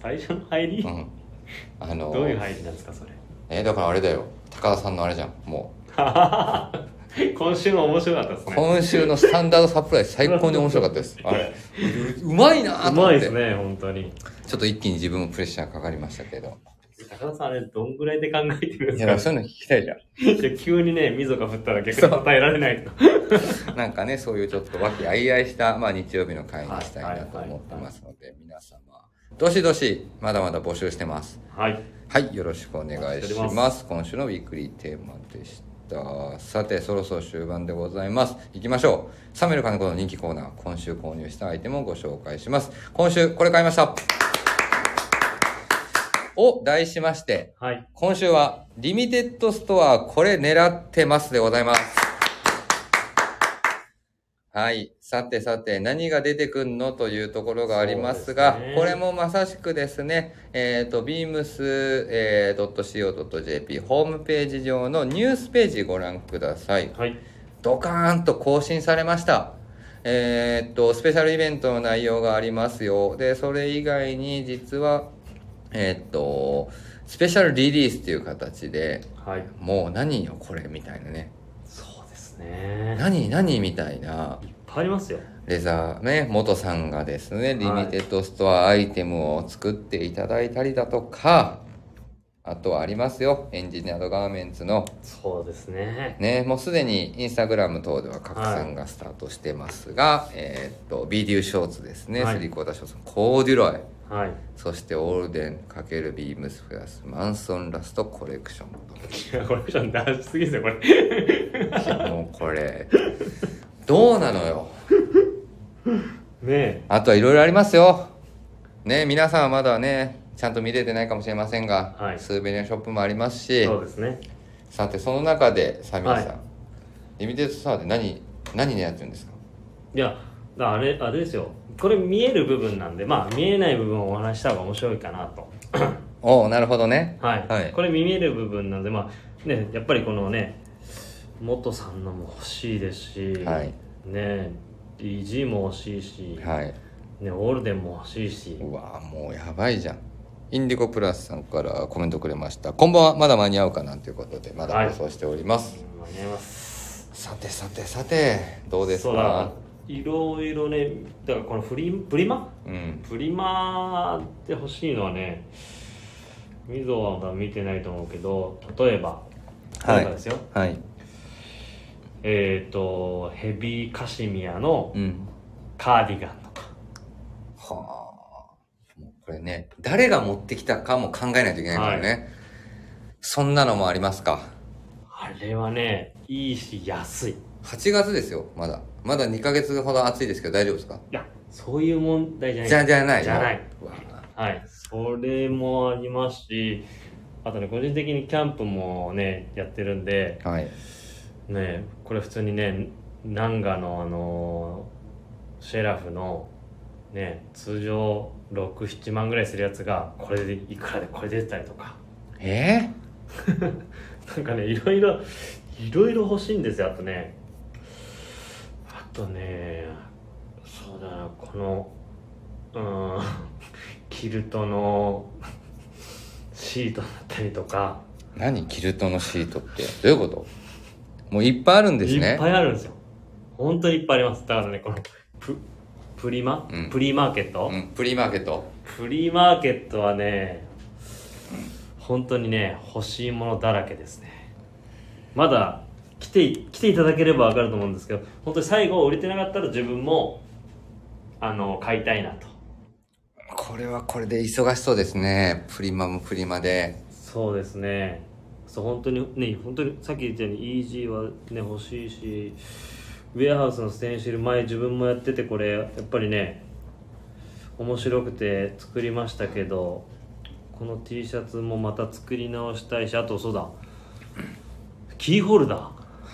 [SPEAKER 2] 最初の入り、
[SPEAKER 1] うん、あの
[SPEAKER 2] どういう入りなんですかそれ
[SPEAKER 1] えだからあれだよ高田さんのあれじゃんも
[SPEAKER 2] 今週も面白かったです
[SPEAKER 1] う
[SPEAKER 2] ね
[SPEAKER 1] 今週のスタンダードサプライズ最高に面白かった ですあれううまいな
[SPEAKER 2] う
[SPEAKER 1] ぁと思
[SPEAKER 2] ま
[SPEAKER 1] っ
[SPEAKER 2] い
[SPEAKER 1] て
[SPEAKER 2] ですね本当に
[SPEAKER 1] ちょっと一気に自分もプレッシャーかかりましたけど
[SPEAKER 2] 高田さんあれどんぐらいで考えてるん
[SPEAKER 1] い
[SPEAKER 2] で
[SPEAKER 1] やだから
[SPEAKER 2] す
[SPEAKER 1] そういうの聞きたいじゃん
[SPEAKER 2] かいや急にね溝が降ったら逆に答えられないと
[SPEAKER 1] なんかね、そういうちょっと和気あいあいした、まあ、日曜日の会にしたいなと思ってますので、皆様、どしどし、まだまだ募集してます。
[SPEAKER 2] はい
[SPEAKER 1] はい、よろしくお願いし
[SPEAKER 2] お待ちしてお
[SPEAKER 1] ま
[SPEAKER 2] り
[SPEAKER 1] す。
[SPEAKER 2] ま
[SPEAKER 1] 今週のウィークリーテーマでした。さて、そろそろ終盤でございます。行きましょう。サメルカネコの人気コーナー、今週購入したアイテムをご紹介します。今週、これ買いました。を題しまして、
[SPEAKER 2] はい
[SPEAKER 1] 今週は、リミテッドストア、これ狙ってますでございます。はい。さてさて、何が出てくんのというところがありますが、
[SPEAKER 2] そうですね
[SPEAKER 1] これもまさしくですね、えっ、と、beams.co.jp ホームページ上のニュースページご覧ください。
[SPEAKER 2] はい
[SPEAKER 1] ドカーンと更新されました。えーっと、スペシャルイベントの内容がありますよ。で、それ以外に実は、えーっと、スペシャルリリースという形で、
[SPEAKER 2] はい
[SPEAKER 1] もう何よこれみたいなね。
[SPEAKER 2] そうですね
[SPEAKER 1] 何何みたいな。
[SPEAKER 2] いっぱいありますよ
[SPEAKER 1] レザーね、元さんがですね、リミテッドストアアイテムを作っていただいたりだとか、あとはありますよ。エンジニアードガーメンツの
[SPEAKER 2] そうですね
[SPEAKER 1] ね、もうすでにインスタグラム等では拡散がスタートしてますが、えーっとビデューショーツですね、
[SPEAKER 2] はい
[SPEAKER 1] スリークォーターショーツコーデュロイ
[SPEAKER 2] はい
[SPEAKER 1] そしてオールデン×ビームスプラスマンソンラストコレクション
[SPEAKER 2] いやこれちょっと出しすぎですよこれ
[SPEAKER 1] ともうこれどうなのよ
[SPEAKER 2] ね
[SPEAKER 1] あとはいろいろありますよね皆さんはまだねちゃんと見れてないかもしれませんが、
[SPEAKER 2] はい
[SPEAKER 1] スーベニアショップもあります
[SPEAKER 2] え
[SPEAKER 1] し
[SPEAKER 2] そうですね
[SPEAKER 1] さてその中でサミーさん、
[SPEAKER 2] はい
[SPEAKER 1] リミテッドストアで何何狙ってるんですか
[SPEAKER 2] いやだからあれあれですよこれ見える部分なんでまあ見えない部分をお話しした方が面白いかなと
[SPEAKER 1] おおなるほどね
[SPEAKER 2] はい、
[SPEAKER 1] はい
[SPEAKER 2] これ見える部分なんでまあねやっぱりこのね元さんのも欲しいですし、
[SPEAKER 1] はい
[SPEAKER 2] ね DG も欲しいし、
[SPEAKER 1] はい
[SPEAKER 2] ね、オールデンも欲しいし
[SPEAKER 1] うわぁもうやばいじゃんインディゴプラスさんからコメントくれましたこんばんはまだ間に合うかなということでまだ放送しております、
[SPEAKER 2] 間に合います
[SPEAKER 1] さてさてさてどうです
[SPEAKER 2] そうだ
[SPEAKER 1] か
[SPEAKER 2] いろいろねだからこのフリプリマ
[SPEAKER 1] うん
[SPEAKER 2] プリマで欲しいのはねみぞはまだ見てないと思うけど例えば
[SPEAKER 1] はい
[SPEAKER 2] 例えばですよ、
[SPEAKER 1] はい
[SPEAKER 2] えっ、とヘビーカシミヤの
[SPEAKER 1] うん
[SPEAKER 2] カーディガンとか
[SPEAKER 1] はあもうこれね誰が持ってきたかも考えないといけないからね、そんなのもありますか
[SPEAKER 2] あれはねいいし安いい
[SPEAKER 1] 8月ですよまだまだ2ヶ月ほど暑いですけど大丈夫ですか
[SPEAKER 2] やそういう問題じゃない
[SPEAKER 1] じゃじゃない
[SPEAKER 2] じゃない
[SPEAKER 1] のうわぁ
[SPEAKER 2] はいそれもありますしあとね個人的にキャンプもねやってるんで
[SPEAKER 1] はい
[SPEAKER 2] ねこれ普通にねナンガのあのシェラフのね通常67万ぐらいするやつがこれでいくらでこれ出てたりとか
[SPEAKER 1] え
[SPEAKER 2] なんかねいろいろいろいろ欲しいんですよあとねあとねそうだなこのうーんキルトのシートだったりとか、
[SPEAKER 1] ー、何キルトのシートってどういうこともういっぱいあるんですね
[SPEAKER 2] いっぱいあるんですよ本当にいっぱいありますだからねこのププリマ、
[SPEAKER 1] うん
[SPEAKER 2] プリマーケット、
[SPEAKER 1] うん、プリマーケット
[SPEAKER 2] フリーマーケットはね本当にね欲しいものだらけですねまだ来て来ていただければ分かると思うんですけど本当に最後売れてなかったら自分もあの買いたいなと
[SPEAKER 1] これはこれで忙しそうですねプリマもプリマで
[SPEAKER 2] そうですねそう本当にね本当にさっき言ったように EG はね欲しいしウェアハウスのステンシル前自分もやっててこれやっぱりね面白くて作りましたけどこの T シャツもまた作り直したいしあとそうだキーホルダー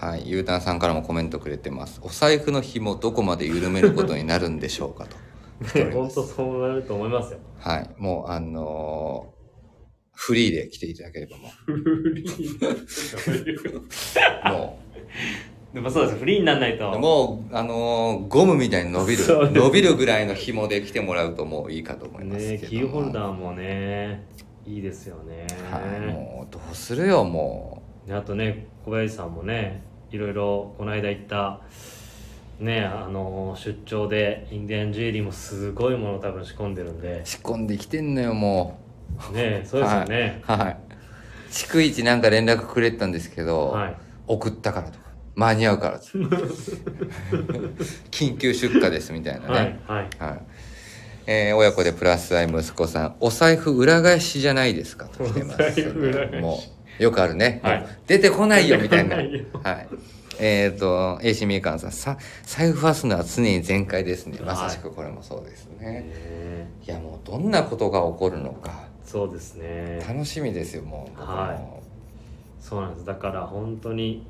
[SPEAKER 1] はい、ゆうたんさんからもコメントくれてます。お財布の紐どこまで緩めることになるんでしょうかと。
[SPEAKER 2] ね本当そうなると思いますよ。
[SPEAKER 1] はい、もうあのーフリーで来ていただければも
[SPEAKER 2] フリー
[SPEAKER 1] う、も
[SPEAKER 2] でもそうです、フリーにならないと。
[SPEAKER 1] う、もうあのーゴムみたいに伸びる、
[SPEAKER 2] そうです
[SPEAKER 1] 伸びるぐらいの紐で来てもらうともういいかと思いますけ
[SPEAKER 2] ね
[SPEAKER 1] ども。
[SPEAKER 2] キーホルダーもね、いいですよね。
[SPEAKER 1] はい、もうどうするよも
[SPEAKER 2] であとね、小林さんもね、いろいろこの間行った、ね、あの、出張でインディアンジュエリーもすごいものを多分仕込んでるんで
[SPEAKER 1] う、仕込んできてんのよも
[SPEAKER 2] ね、そうですよね。
[SPEAKER 1] う。はい。逐一なんか連絡くれてたんですけど、
[SPEAKER 2] はい。
[SPEAKER 1] 送ったからとか間に合うから とか緊急出荷ですみたいな
[SPEAKER 2] はい
[SPEAKER 1] ね、。
[SPEAKER 2] はい。
[SPEAKER 1] はいえー親子でプラス愛息子さんお財布裏返しじゃないですかと来てます
[SPEAKER 2] お財布裏返し
[SPEAKER 1] もうよくあるね、
[SPEAKER 2] はい
[SPEAKER 1] もう出てこないよみたいな
[SPEAKER 2] 出て
[SPEAKER 1] はいえっ、ー、と AC みかんさんさ財布はすのは常に全開ですね
[SPEAKER 2] はい
[SPEAKER 1] まさしくこれもそうですね、
[SPEAKER 2] ね
[SPEAKER 1] い、やもうどんなことが起こるのか
[SPEAKER 2] そうですね。
[SPEAKER 1] 楽しみですよもう僕も
[SPEAKER 2] はそうなんですだから本当に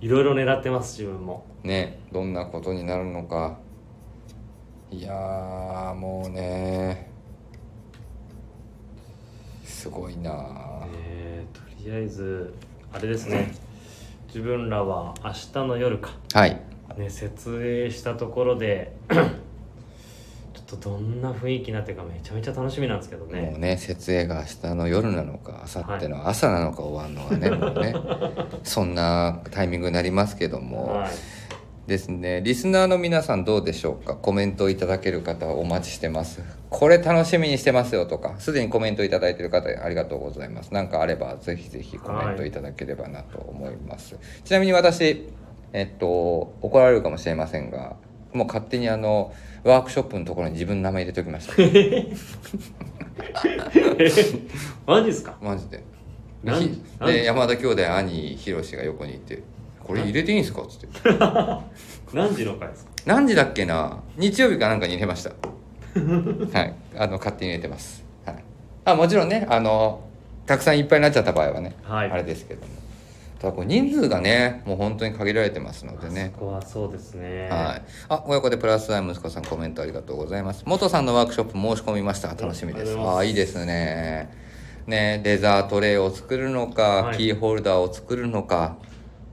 [SPEAKER 2] いろいろ狙ってます自分も
[SPEAKER 1] ねどんなことになるのかいやーもうねすごいなあ
[SPEAKER 2] えー、とりあえずあれですね自分らは明日の夜か
[SPEAKER 1] はい
[SPEAKER 2] ね設営したところで ちょっとどんな雰囲気になってるかめちゃめちゃ楽しみなんですけど
[SPEAKER 1] もう
[SPEAKER 2] ね
[SPEAKER 1] ね設営が明日の夜なのか明後日の朝なのか終わるのがね、もうねそんなタイミングになりますけども、
[SPEAKER 2] はい
[SPEAKER 1] ですねリスナーの皆さんどうでしょうかコメントをいただける方お待ちしてますこれ楽しみにしてますよとかすでにコメントいただいてる方ありがとうございます何かあればぜひぜひコメントいただければなと思います、ちなみに私えっと怒られるかもしれませんがもう勝手にあのワークショップのところに自分の名前入れておきました
[SPEAKER 2] マジですか
[SPEAKER 1] マジで
[SPEAKER 2] なん
[SPEAKER 1] ひ
[SPEAKER 2] なん
[SPEAKER 1] で山田兄弟兄ひろしが横にいて「これ入れていいんですか?」っつって
[SPEAKER 2] 何時の回ですか
[SPEAKER 1] 何時だっけな日曜日かなんかに入れました はいあの勝手に入れてます、はい、あもちろんねあのたくさんいっぱいになっちゃった場合はね、
[SPEAKER 2] はい
[SPEAKER 1] あれですけどもただこう人数がねもう本当に限られてますのでね
[SPEAKER 2] そこはそうですね
[SPEAKER 1] はい、あ親子でプラスアイ息子さんコメントありがとうございます元さんのワークショップ申し込みました楽しみです
[SPEAKER 2] ありがとうござい
[SPEAKER 1] あ
[SPEAKER 2] ます
[SPEAKER 1] あいいですねねデザートレイを作るのか、
[SPEAKER 2] はい
[SPEAKER 1] キーホルダーを作るのか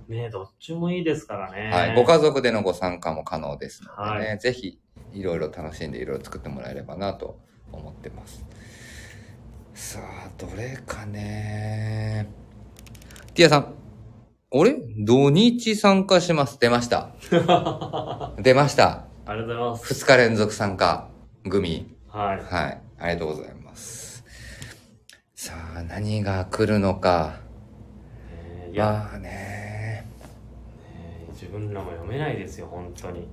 [SPEAKER 2] ねどっちもいいですからね
[SPEAKER 1] はい、ご家族でのご参加も可能ですのでね、
[SPEAKER 2] は
[SPEAKER 1] ぜひいろいろ楽しんでいろいろ作ってもらえればなと思ってますさあどれかねティアさん俺土日参加します出ました 出ました
[SPEAKER 2] ありがとうございます
[SPEAKER 1] 2日連続参加組
[SPEAKER 2] はい
[SPEAKER 1] はいありがとうございますさあ何が来るのか
[SPEAKER 2] ねいや、
[SPEAKER 1] まあね
[SPEAKER 2] ね自分らも読めないですよ本当に
[SPEAKER 1] い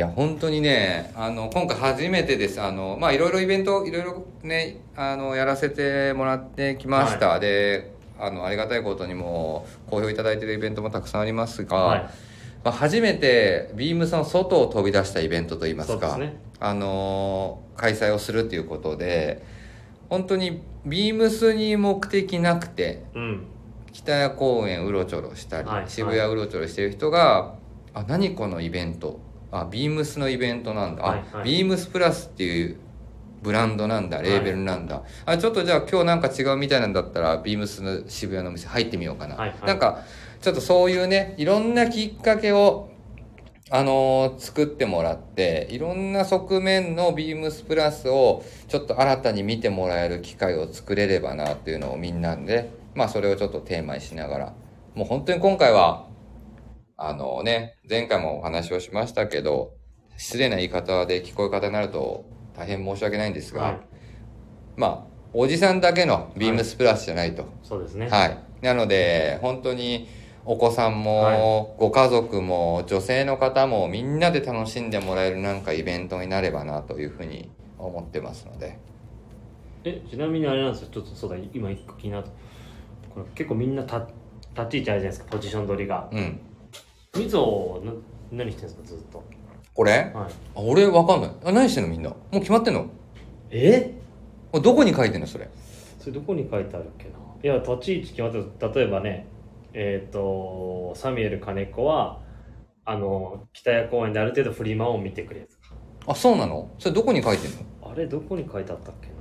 [SPEAKER 1] や本当にねあの今回初めてですあのまあいろいろイベントいろいろねあのやらせてもらってきました、であのありがたいことにも好評いただいてるイベントもたくさんありますが、
[SPEAKER 2] はい
[SPEAKER 1] まあ、初めてビームさんの外を飛び出したイベントといいま
[SPEAKER 2] そ
[SPEAKER 1] す
[SPEAKER 2] うで
[SPEAKER 1] か
[SPEAKER 2] すね
[SPEAKER 1] あの開催をするということで本当にビームスに目的なくて
[SPEAKER 2] うん
[SPEAKER 1] 北谷公園うろちょろしたり、
[SPEAKER 2] はいはい
[SPEAKER 1] 渋谷うろちょろしてる人が「あ何このイベントあビームスのイベントなんだ、
[SPEAKER 2] はい
[SPEAKER 1] あ
[SPEAKER 2] はい
[SPEAKER 1] ビームスプラスっていうブランドなんだ
[SPEAKER 2] い
[SPEAKER 1] レーベルなんだ、あちょっとじゃあ今日なんか違うみたいなんだったらビームスの渋谷のお店入ってみようかな、
[SPEAKER 2] はいはい
[SPEAKER 1] なんかちょっとそういうねいろんなきっかけをあのー作ってもらっていろんな側面のビームスプラスをちょっと新たに見てもらえる機会を作れればなっていうのをみんなで、まあ、それをちょっとテーマにしながらもう本当に今回はあのね前回もお話をしましたけど失礼な言い方で聞こえ方になると大変申し訳ないんですが、
[SPEAKER 2] はい
[SPEAKER 1] まあおじさんだけのビームスプラスじゃないと。
[SPEAKER 2] そうですね
[SPEAKER 1] はい、なので本当にお子さんもご家族も女性の方もみんなで楽しんでもらえるなんかイベントになればなというふうに思ってますので
[SPEAKER 2] えちなみにあれなんですよちょっとそうだ今一個気になったこれ結構みんなた立ち位置あるじゃないですかポジション取りが
[SPEAKER 1] うん
[SPEAKER 2] みぞな何してるんですかずっと
[SPEAKER 1] これあ
[SPEAKER 2] はい、
[SPEAKER 1] 俺わかんないあ何してんのみんなもう決まってんの
[SPEAKER 2] え
[SPEAKER 1] あどこに書いてんのそれ
[SPEAKER 2] それどこに書いてあるっけないや立ち位置決まってる例えばねえっ、とサミュエル金子はあの北谷公園である程度フリマを見てくれとか
[SPEAKER 1] あそうなのそれどこに書いてんの
[SPEAKER 2] あれどこに書いてあったっけな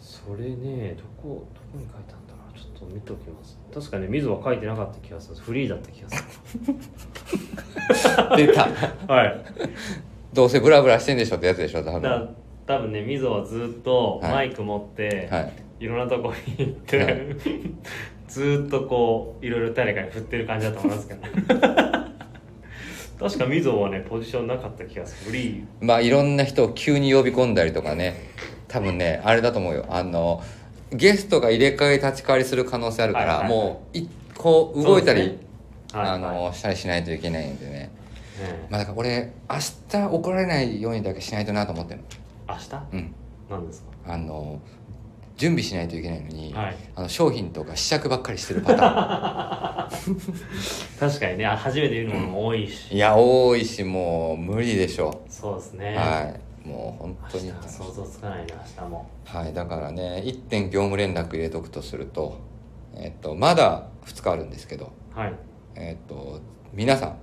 [SPEAKER 2] それねどこどこに書いてあったかなちょっと見ておきます確かね水は書いてなかった気がするフリーだった気がす
[SPEAKER 1] 出た
[SPEAKER 2] るはい
[SPEAKER 1] どうせブラブラしてんでしょってやつでしょ多
[SPEAKER 2] だ
[SPEAKER 1] 分
[SPEAKER 2] から多分ね水はずっと
[SPEAKER 1] はい
[SPEAKER 2] マイク持って、
[SPEAKER 1] はい
[SPEAKER 2] いろんなとこに行って、
[SPEAKER 1] は
[SPEAKER 2] ずーっとこういろいろ誰かに振ってる感じだと思います けど確かみぞはねポジションなかった気がするフリー
[SPEAKER 1] まあいろんな人を急に呼び込んだりとかね多分ねあれだと思うよあのゲストが入れ替え立ち替わりする可能性あるから、
[SPEAKER 2] はいはいはい
[SPEAKER 1] もういこう動いたり、
[SPEAKER 2] そうですねはい
[SPEAKER 1] あ
[SPEAKER 2] はい
[SPEAKER 1] のしたりしないといけないんでね、
[SPEAKER 2] ねえ
[SPEAKER 1] まあ、だから俺明日怒られないようにだけしないとなと思ってるの
[SPEAKER 2] 明日
[SPEAKER 1] うん
[SPEAKER 2] なんですか
[SPEAKER 1] あの準備しないといけないのに、
[SPEAKER 2] はい
[SPEAKER 1] あの商品とか試着ばっかりしてるパタ ー
[SPEAKER 2] 確かにねあ初めて見るものも多いし、
[SPEAKER 1] ンいや多いしもう無理でしょ
[SPEAKER 2] そうです
[SPEAKER 1] う、
[SPEAKER 2] ね、
[SPEAKER 1] はいもう本当
[SPEAKER 2] 明
[SPEAKER 1] に
[SPEAKER 2] 日は想像つかないな明日も
[SPEAKER 1] はい、だからね1点業務連絡入れとくとすると、えっと、まだ2日あるんですけど、
[SPEAKER 2] はい
[SPEAKER 1] えっと、皆さん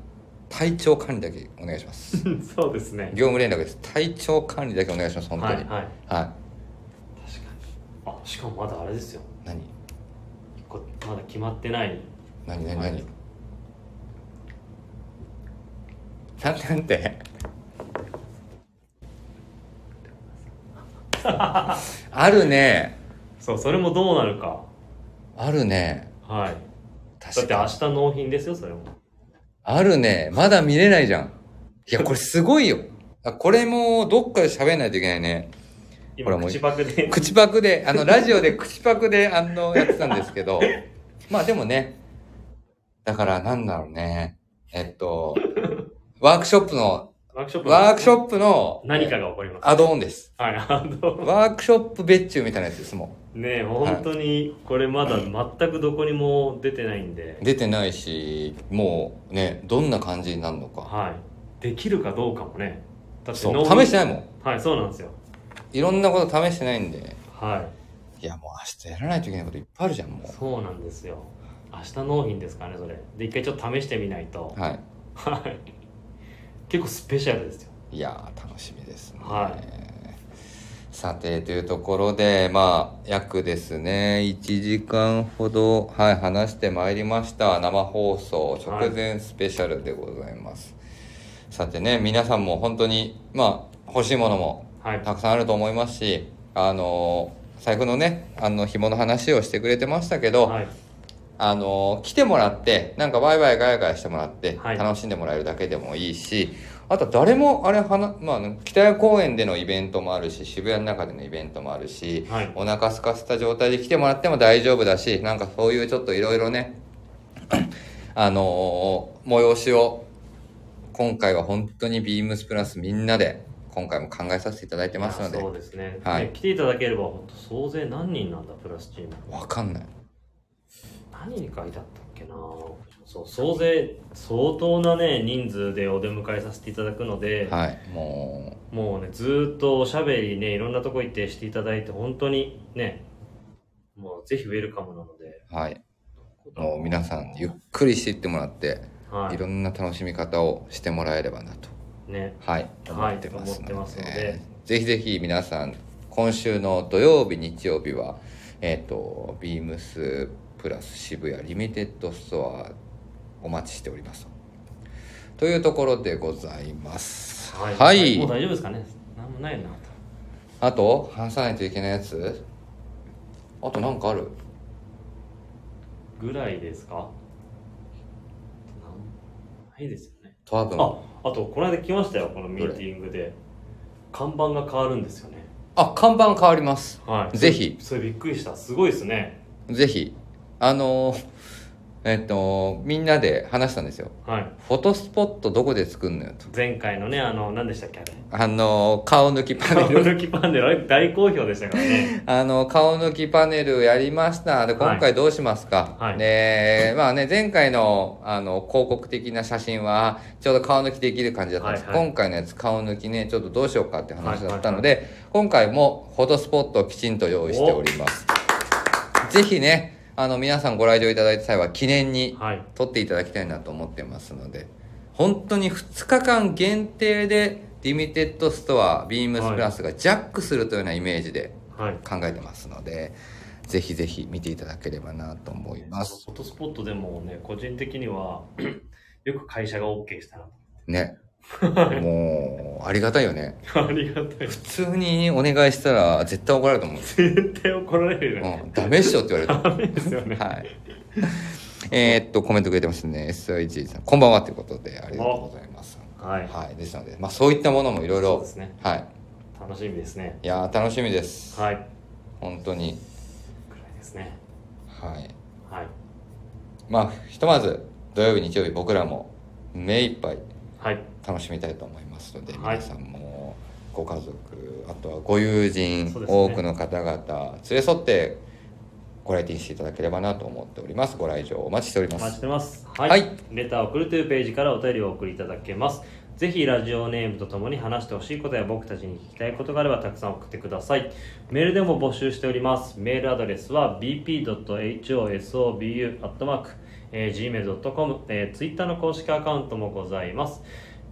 [SPEAKER 1] 体調管理だけお願いします
[SPEAKER 2] そうですね
[SPEAKER 1] 業務連絡です体調管理だけお願いします本当
[SPEAKER 2] は
[SPEAKER 1] に
[SPEAKER 2] い
[SPEAKER 1] は
[SPEAKER 2] はい
[SPEAKER 1] い、
[SPEAKER 2] 確かにあしかもまだあれですよ
[SPEAKER 1] 何
[SPEAKER 2] こまだ決まってない
[SPEAKER 1] 何何何なんてなんて あるね
[SPEAKER 2] そうそれもどうなるか
[SPEAKER 1] あるね
[SPEAKER 2] はいだっ
[SPEAKER 1] 確
[SPEAKER 2] て
[SPEAKER 1] か
[SPEAKER 2] 明
[SPEAKER 1] に
[SPEAKER 2] 日納品ですよそれも
[SPEAKER 1] あるね。まだ見れないじゃん。いや、これすごいよ。あこれもどっかで喋んないといけないね。ほら
[SPEAKER 2] 今
[SPEAKER 1] もう
[SPEAKER 2] 口パクで
[SPEAKER 1] 口パクで、あの、ラジオで口パクで、あの、やってたんですけど。 まあでもね、だからなんだろうね。えっと、ワークショップの、
[SPEAKER 2] ワークショップ
[SPEAKER 1] ワークショ
[SPEAKER 2] プ
[SPEAKER 1] ップの、
[SPEAKER 2] 何かが起こります
[SPEAKER 1] アドオンです。
[SPEAKER 2] はいあの
[SPEAKER 1] ワークショップ別注みたいなやつですも
[SPEAKER 2] ねえ本当にこれまだ全くどこにも出てないんで
[SPEAKER 1] ん。、出てないし、もうね、どんな感じになるのか。
[SPEAKER 2] はい、できるかどうかもねだって
[SPEAKER 1] そう、
[SPEAKER 2] 納
[SPEAKER 1] 試
[SPEAKER 2] 品
[SPEAKER 1] してないもん。
[SPEAKER 2] はいそうなんですよ
[SPEAKER 1] いろんなこと試してないんで。
[SPEAKER 2] は
[SPEAKER 1] い
[SPEAKER 2] い
[SPEAKER 1] や、もう明日やらないといけないこといっぱいあるじゃん、もう。
[SPEAKER 2] そうなんですよ明日納品ですからねそれで一回ちょっと試してみないと
[SPEAKER 1] はい。
[SPEAKER 2] はい結構スペシャルですよ
[SPEAKER 1] いやー楽しみですね。
[SPEAKER 2] は
[SPEAKER 1] さてというところでまあ約ですね1時間ほど、はい、話してまいりました生放送直前スペシャルでございます、さてね皆さんも本当にまあ欲しいものも
[SPEAKER 2] はい
[SPEAKER 1] たくさんあると思いますしあのー財布のねあの紐の話をしてくれてましたけど、
[SPEAKER 2] はい
[SPEAKER 1] あの来てもらってなんかワイワイガヤガヤしてもらって
[SPEAKER 2] はい
[SPEAKER 1] 楽しんでもらえるだけでもいいし、あと誰もあれはな、まあ、北谷公園でのイベントもあるし渋谷の中でのイベントもあるし、
[SPEAKER 2] はい
[SPEAKER 1] お腹空かせた状態で来てもらっても大丈夫だしなんかそういうちょっといろいろね あのー催しを今回は本当にビームスプラスみんなで今回も考えさせていただいてますの
[SPEAKER 2] いや
[SPEAKER 1] で
[SPEAKER 2] そうですね,、
[SPEAKER 1] はい
[SPEAKER 2] ね来ていただければ本当総勢何人なんだプラスチーム
[SPEAKER 1] わかんない
[SPEAKER 2] 何に書いてあったっけなそう総勢相当なね人数でお出迎えさせていただくので、
[SPEAKER 1] はいも
[SPEAKER 2] もうねずーっとおしゃべりねいろんなとこ行ってしていただいて本当にねもうぜひウェルカムなので
[SPEAKER 1] うはいもう皆さんゆっくりしていってもらって。
[SPEAKER 2] はい
[SPEAKER 1] ろんな楽しみ方をしてもらえればなと、
[SPEAKER 2] いね
[SPEAKER 1] はい、
[SPEAKER 2] はい
[SPEAKER 1] 思ってますので,、
[SPEAKER 2] 思ってますので
[SPEAKER 1] ぜひぜひ皆さん今週の土曜日日曜日はえっ、とビームスプラス渋谷リミテッドストアお待ちしておりますというところでございますはい
[SPEAKER 2] もう大丈夫ですかね何もないなと
[SPEAKER 1] あと話さないといけないやつあとなんかある
[SPEAKER 2] ぐらいですかなんないですよね
[SPEAKER 1] トラブル
[SPEAKER 2] ああとこの間来ましたよこのミーティングで看板が変わるんですよね
[SPEAKER 1] あ看板変わります
[SPEAKER 2] はい
[SPEAKER 1] ぜひ
[SPEAKER 2] それそれびっくりしたすごいですね
[SPEAKER 1] ぜひあのー えっと、みんなで話したんですよ。
[SPEAKER 2] はい。
[SPEAKER 1] フォトスポットどこで作んのよと。
[SPEAKER 2] 前回のね、あの、何でしたっけあれ。
[SPEAKER 1] あの、顔抜きパネ
[SPEAKER 2] 顔
[SPEAKER 1] ル。
[SPEAKER 2] 抜きパネル、あれ大好評でしたからね。
[SPEAKER 1] あの、顔抜きパネルやりました。で、
[SPEAKER 2] はい
[SPEAKER 1] 今回どうしますか、
[SPEAKER 2] はい
[SPEAKER 1] で、まあね、前回の、あの、広告的な写真は、ちょうど顔抜きできる感じだったんです。
[SPEAKER 2] はいはい
[SPEAKER 1] 今回のやつ、顔抜きね、ちょっとどうしようかって話だったので、今回もフォトスポットをきちんと用意しております。ぜひね、あの、皆さんご来場いただいた際は、記念に
[SPEAKER 2] はい。
[SPEAKER 1] 撮っていただきたいなと思ってますので、本当に2日間限定で、リミテッドストア、ビームスプラスがジャックするというようなイメージで、
[SPEAKER 2] はい。
[SPEAKER 1] 考えてますのでぜひぜひ見ていただければなと思います
[SPEAKER 2] フォトスポットでもね、個人的には、 よく会社が OK したな
[SPEAKER 1] ね もうありがたいよね
[SPEAKER 2] と。あ りがた
[SPEAKER 1] 普
[SPEAKER 2] い。
[SPEAKER 1] 通にお願いしたら絶対怒られると思うんです
[SPEAKER 2] 絶対怒られるよ
[SPEAKER 1] よ、う
[SPEAKER 2] ね。
[SPEAKER 1] ん、ダメっしょって言われると思
[SPEAKER 2] ダメですよね。
[SPEAKER 1] うはいえーっとコメントくれてますね SIG さんこんばんはということでありがとうございます
[SPEAKER 2] はい。
[SPEAKER 1] はいですのでまあそういったものもいろい
[SPEAKER 2] そう
[SPEAKER 1] ろ
[SPEAKER 2] ですね。
[SPEAKER 1] はい
[SPEAKER 2] 楽しみですね。
[SPEAKER 1] いやー楽しみです、
[SPEAKER 2] はい。
[SPEAKER 1] 本当に
[SPEAKER 2] くらいですね。
[SPEAKER 1] はい
[SPEAKER 2] はい。
[SPEAKER 1] まあひとまず土曜日日曜日僕らも目いっぱい
[SPEAKER 2] はい。
[SPEAKER 1] 楽しみたいと思いますので、
[SPEAKER 2] はい
[SPEAKER 1] 皆さんもご家族あとはご友人、
[SPEAKER 2] そうですね
[SPEAKER 1] 多くの方々連れ添ってご来店していただければなと思っておりますご来場お待ちしており
[SPEAKER 2] お
[SPEAKER 1] ま
[SPEAKER 2] 待ちし
[SPEAKER 1] す
[SPEAKER 2] てます。はい。
[SPEAKER 1] はい
[SPEAKER 2] レターを送るというページからお便りをお送りいただけます。ぜひラジオネームとともに話してほしいことや僕たちに聞きたいことがあればたくさん送ってください。メールでも募集しております。メールアドレスは bp.hosobu.gmail.com、えー、Twitter の公式アカウントもございます。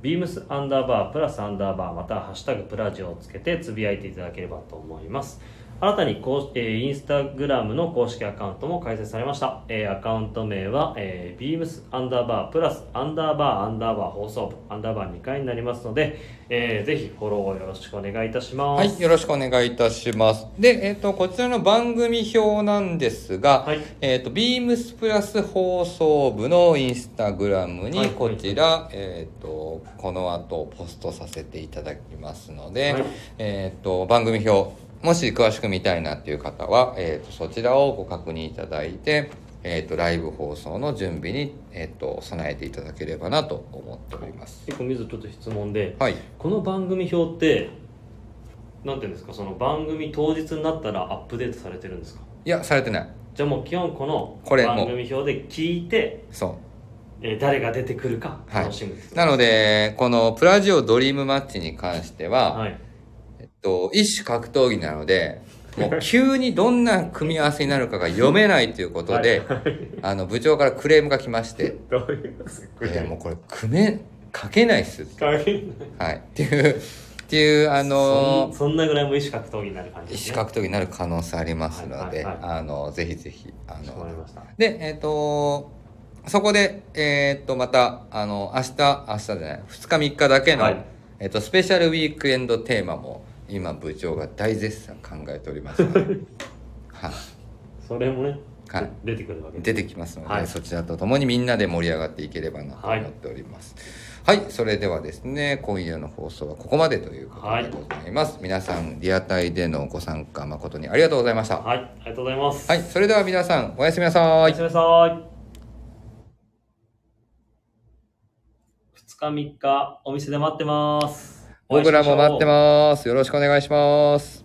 [SPEAKER 2] ビームスアンダーバープラスアンダーバーまたはハッシュタグプラジオをつけてつぶやいていただければと思います新たにこう、えーインスタグラムの公式アカウントも開設されました、えーアカウント名は、えー、ビームスアンダーバープラスアンダーバーアンダーバー放送部アンダーバー2回になりますので、えーぜひフォローをよろしくお願いいたします
[SPEAKER 1] はいよろしくお願いいたしますで、えっとこちらの番組表なんですが、
[SPEAKER 2] はい
[SPEAKER 1] えっとビームスプラス放送部のインスタグラム
[SPEAKER 2] は
[SPEAKER 1] に
[SPEAKER 2] い
[SPEAKER 1] こちら、えっとこの後ポストさせていただきますので、
[SPEAKER 2] はい
[SPEAKER 1] えっと番組表もし詳しく見たいなっていう方は、えっとそちらをご確認いただいて、えっとライブ放送の準備に、えっと備えていただければなと思っております。
[SPEAKER 2] 結構水ちょっと質問で
[SPEAKER 1] はい
[SPEAKER 2] この番組表ってなんていうんですかその番組当日になったらアップデートされてるんですか
[SPEAKER 1] いやされてない
[SPEAKER 2] じゃあもう基本この
[SPEAKER 1] これもう
[SPEAKER 2] 番組表で聞いて、
[SPEAKER 1] そう
[SPEAKER 2] えー誰が出てくるか楽しむ
[SPEAKER 1] なので、このプラジオドリームマッチに関しては、
[SPEAKER 2] はい
[SPEAKER 1] えっと、一種格闘技なので、もう急にどんな組み合わせになるかが読めないということで、あの、部長からクレームが来まして、
[SPEAKER 2] どういうことです
[SPEAKER 1] いやもうこれ、組め、書けないっす。
[SPEAKER 2] か
[SPEAKER 1] はい。っていう、っていう、あの
[SPEAKER 2] そんそんなぐらいも意思格闘技になる感じ
[SPEAKER 1] 一
[SPEAKER 2] です、
[SPEAKER 1] 種
[SPEAKER 2] ね、
[SPEAKER 1] 格闘技になる可能性ありますので、
[SPEAKER 2] はいはい
[SPEAKER 1] あの、ぜひぜひ、あ
[SPEAKER 2] わかり
[SPEAKER 1] の、
[SPEAKER 2] ました
[SPEAKER 1] で、えっ、と、そこで、えっ、と、また、あの、明日、明日じゃない、2日3日だけの、
[SPEAKER 2] はい
[SPEAKER 1] えっ、と、スペシャルウィークエンドテーマも、今、部長が大絶賛考えております ので、はい、
[SPEAKER 2] それもね、
[SPEAKER 1] はい
[SPEAKER 2] 出てくるわけで
[SPEAKER 1] 出てきますので、
[SPEAKER 2] はい
[SPEAKER 1] そちらとともにみんなで盛り上がっていければなと思っております。はい、それではですね、今夜の放送はここまでということでございます。皆さん、リアタイでのご参加誠にありがとうございました。
[SPEAKER 2] はいありがとうございます
[SPEAKER 1] はい、それでは皆さん、おやすみなさ
[SPEAKER 2] お
[SPEAKER 1] い
[SPEAKER 2] やす。みなさい2日3日お店で待ってます
[SPEAKER 1] 僕らも待って
[SPEAKER 2] す
[SPEAKER 1] ます。よろしくお願いします。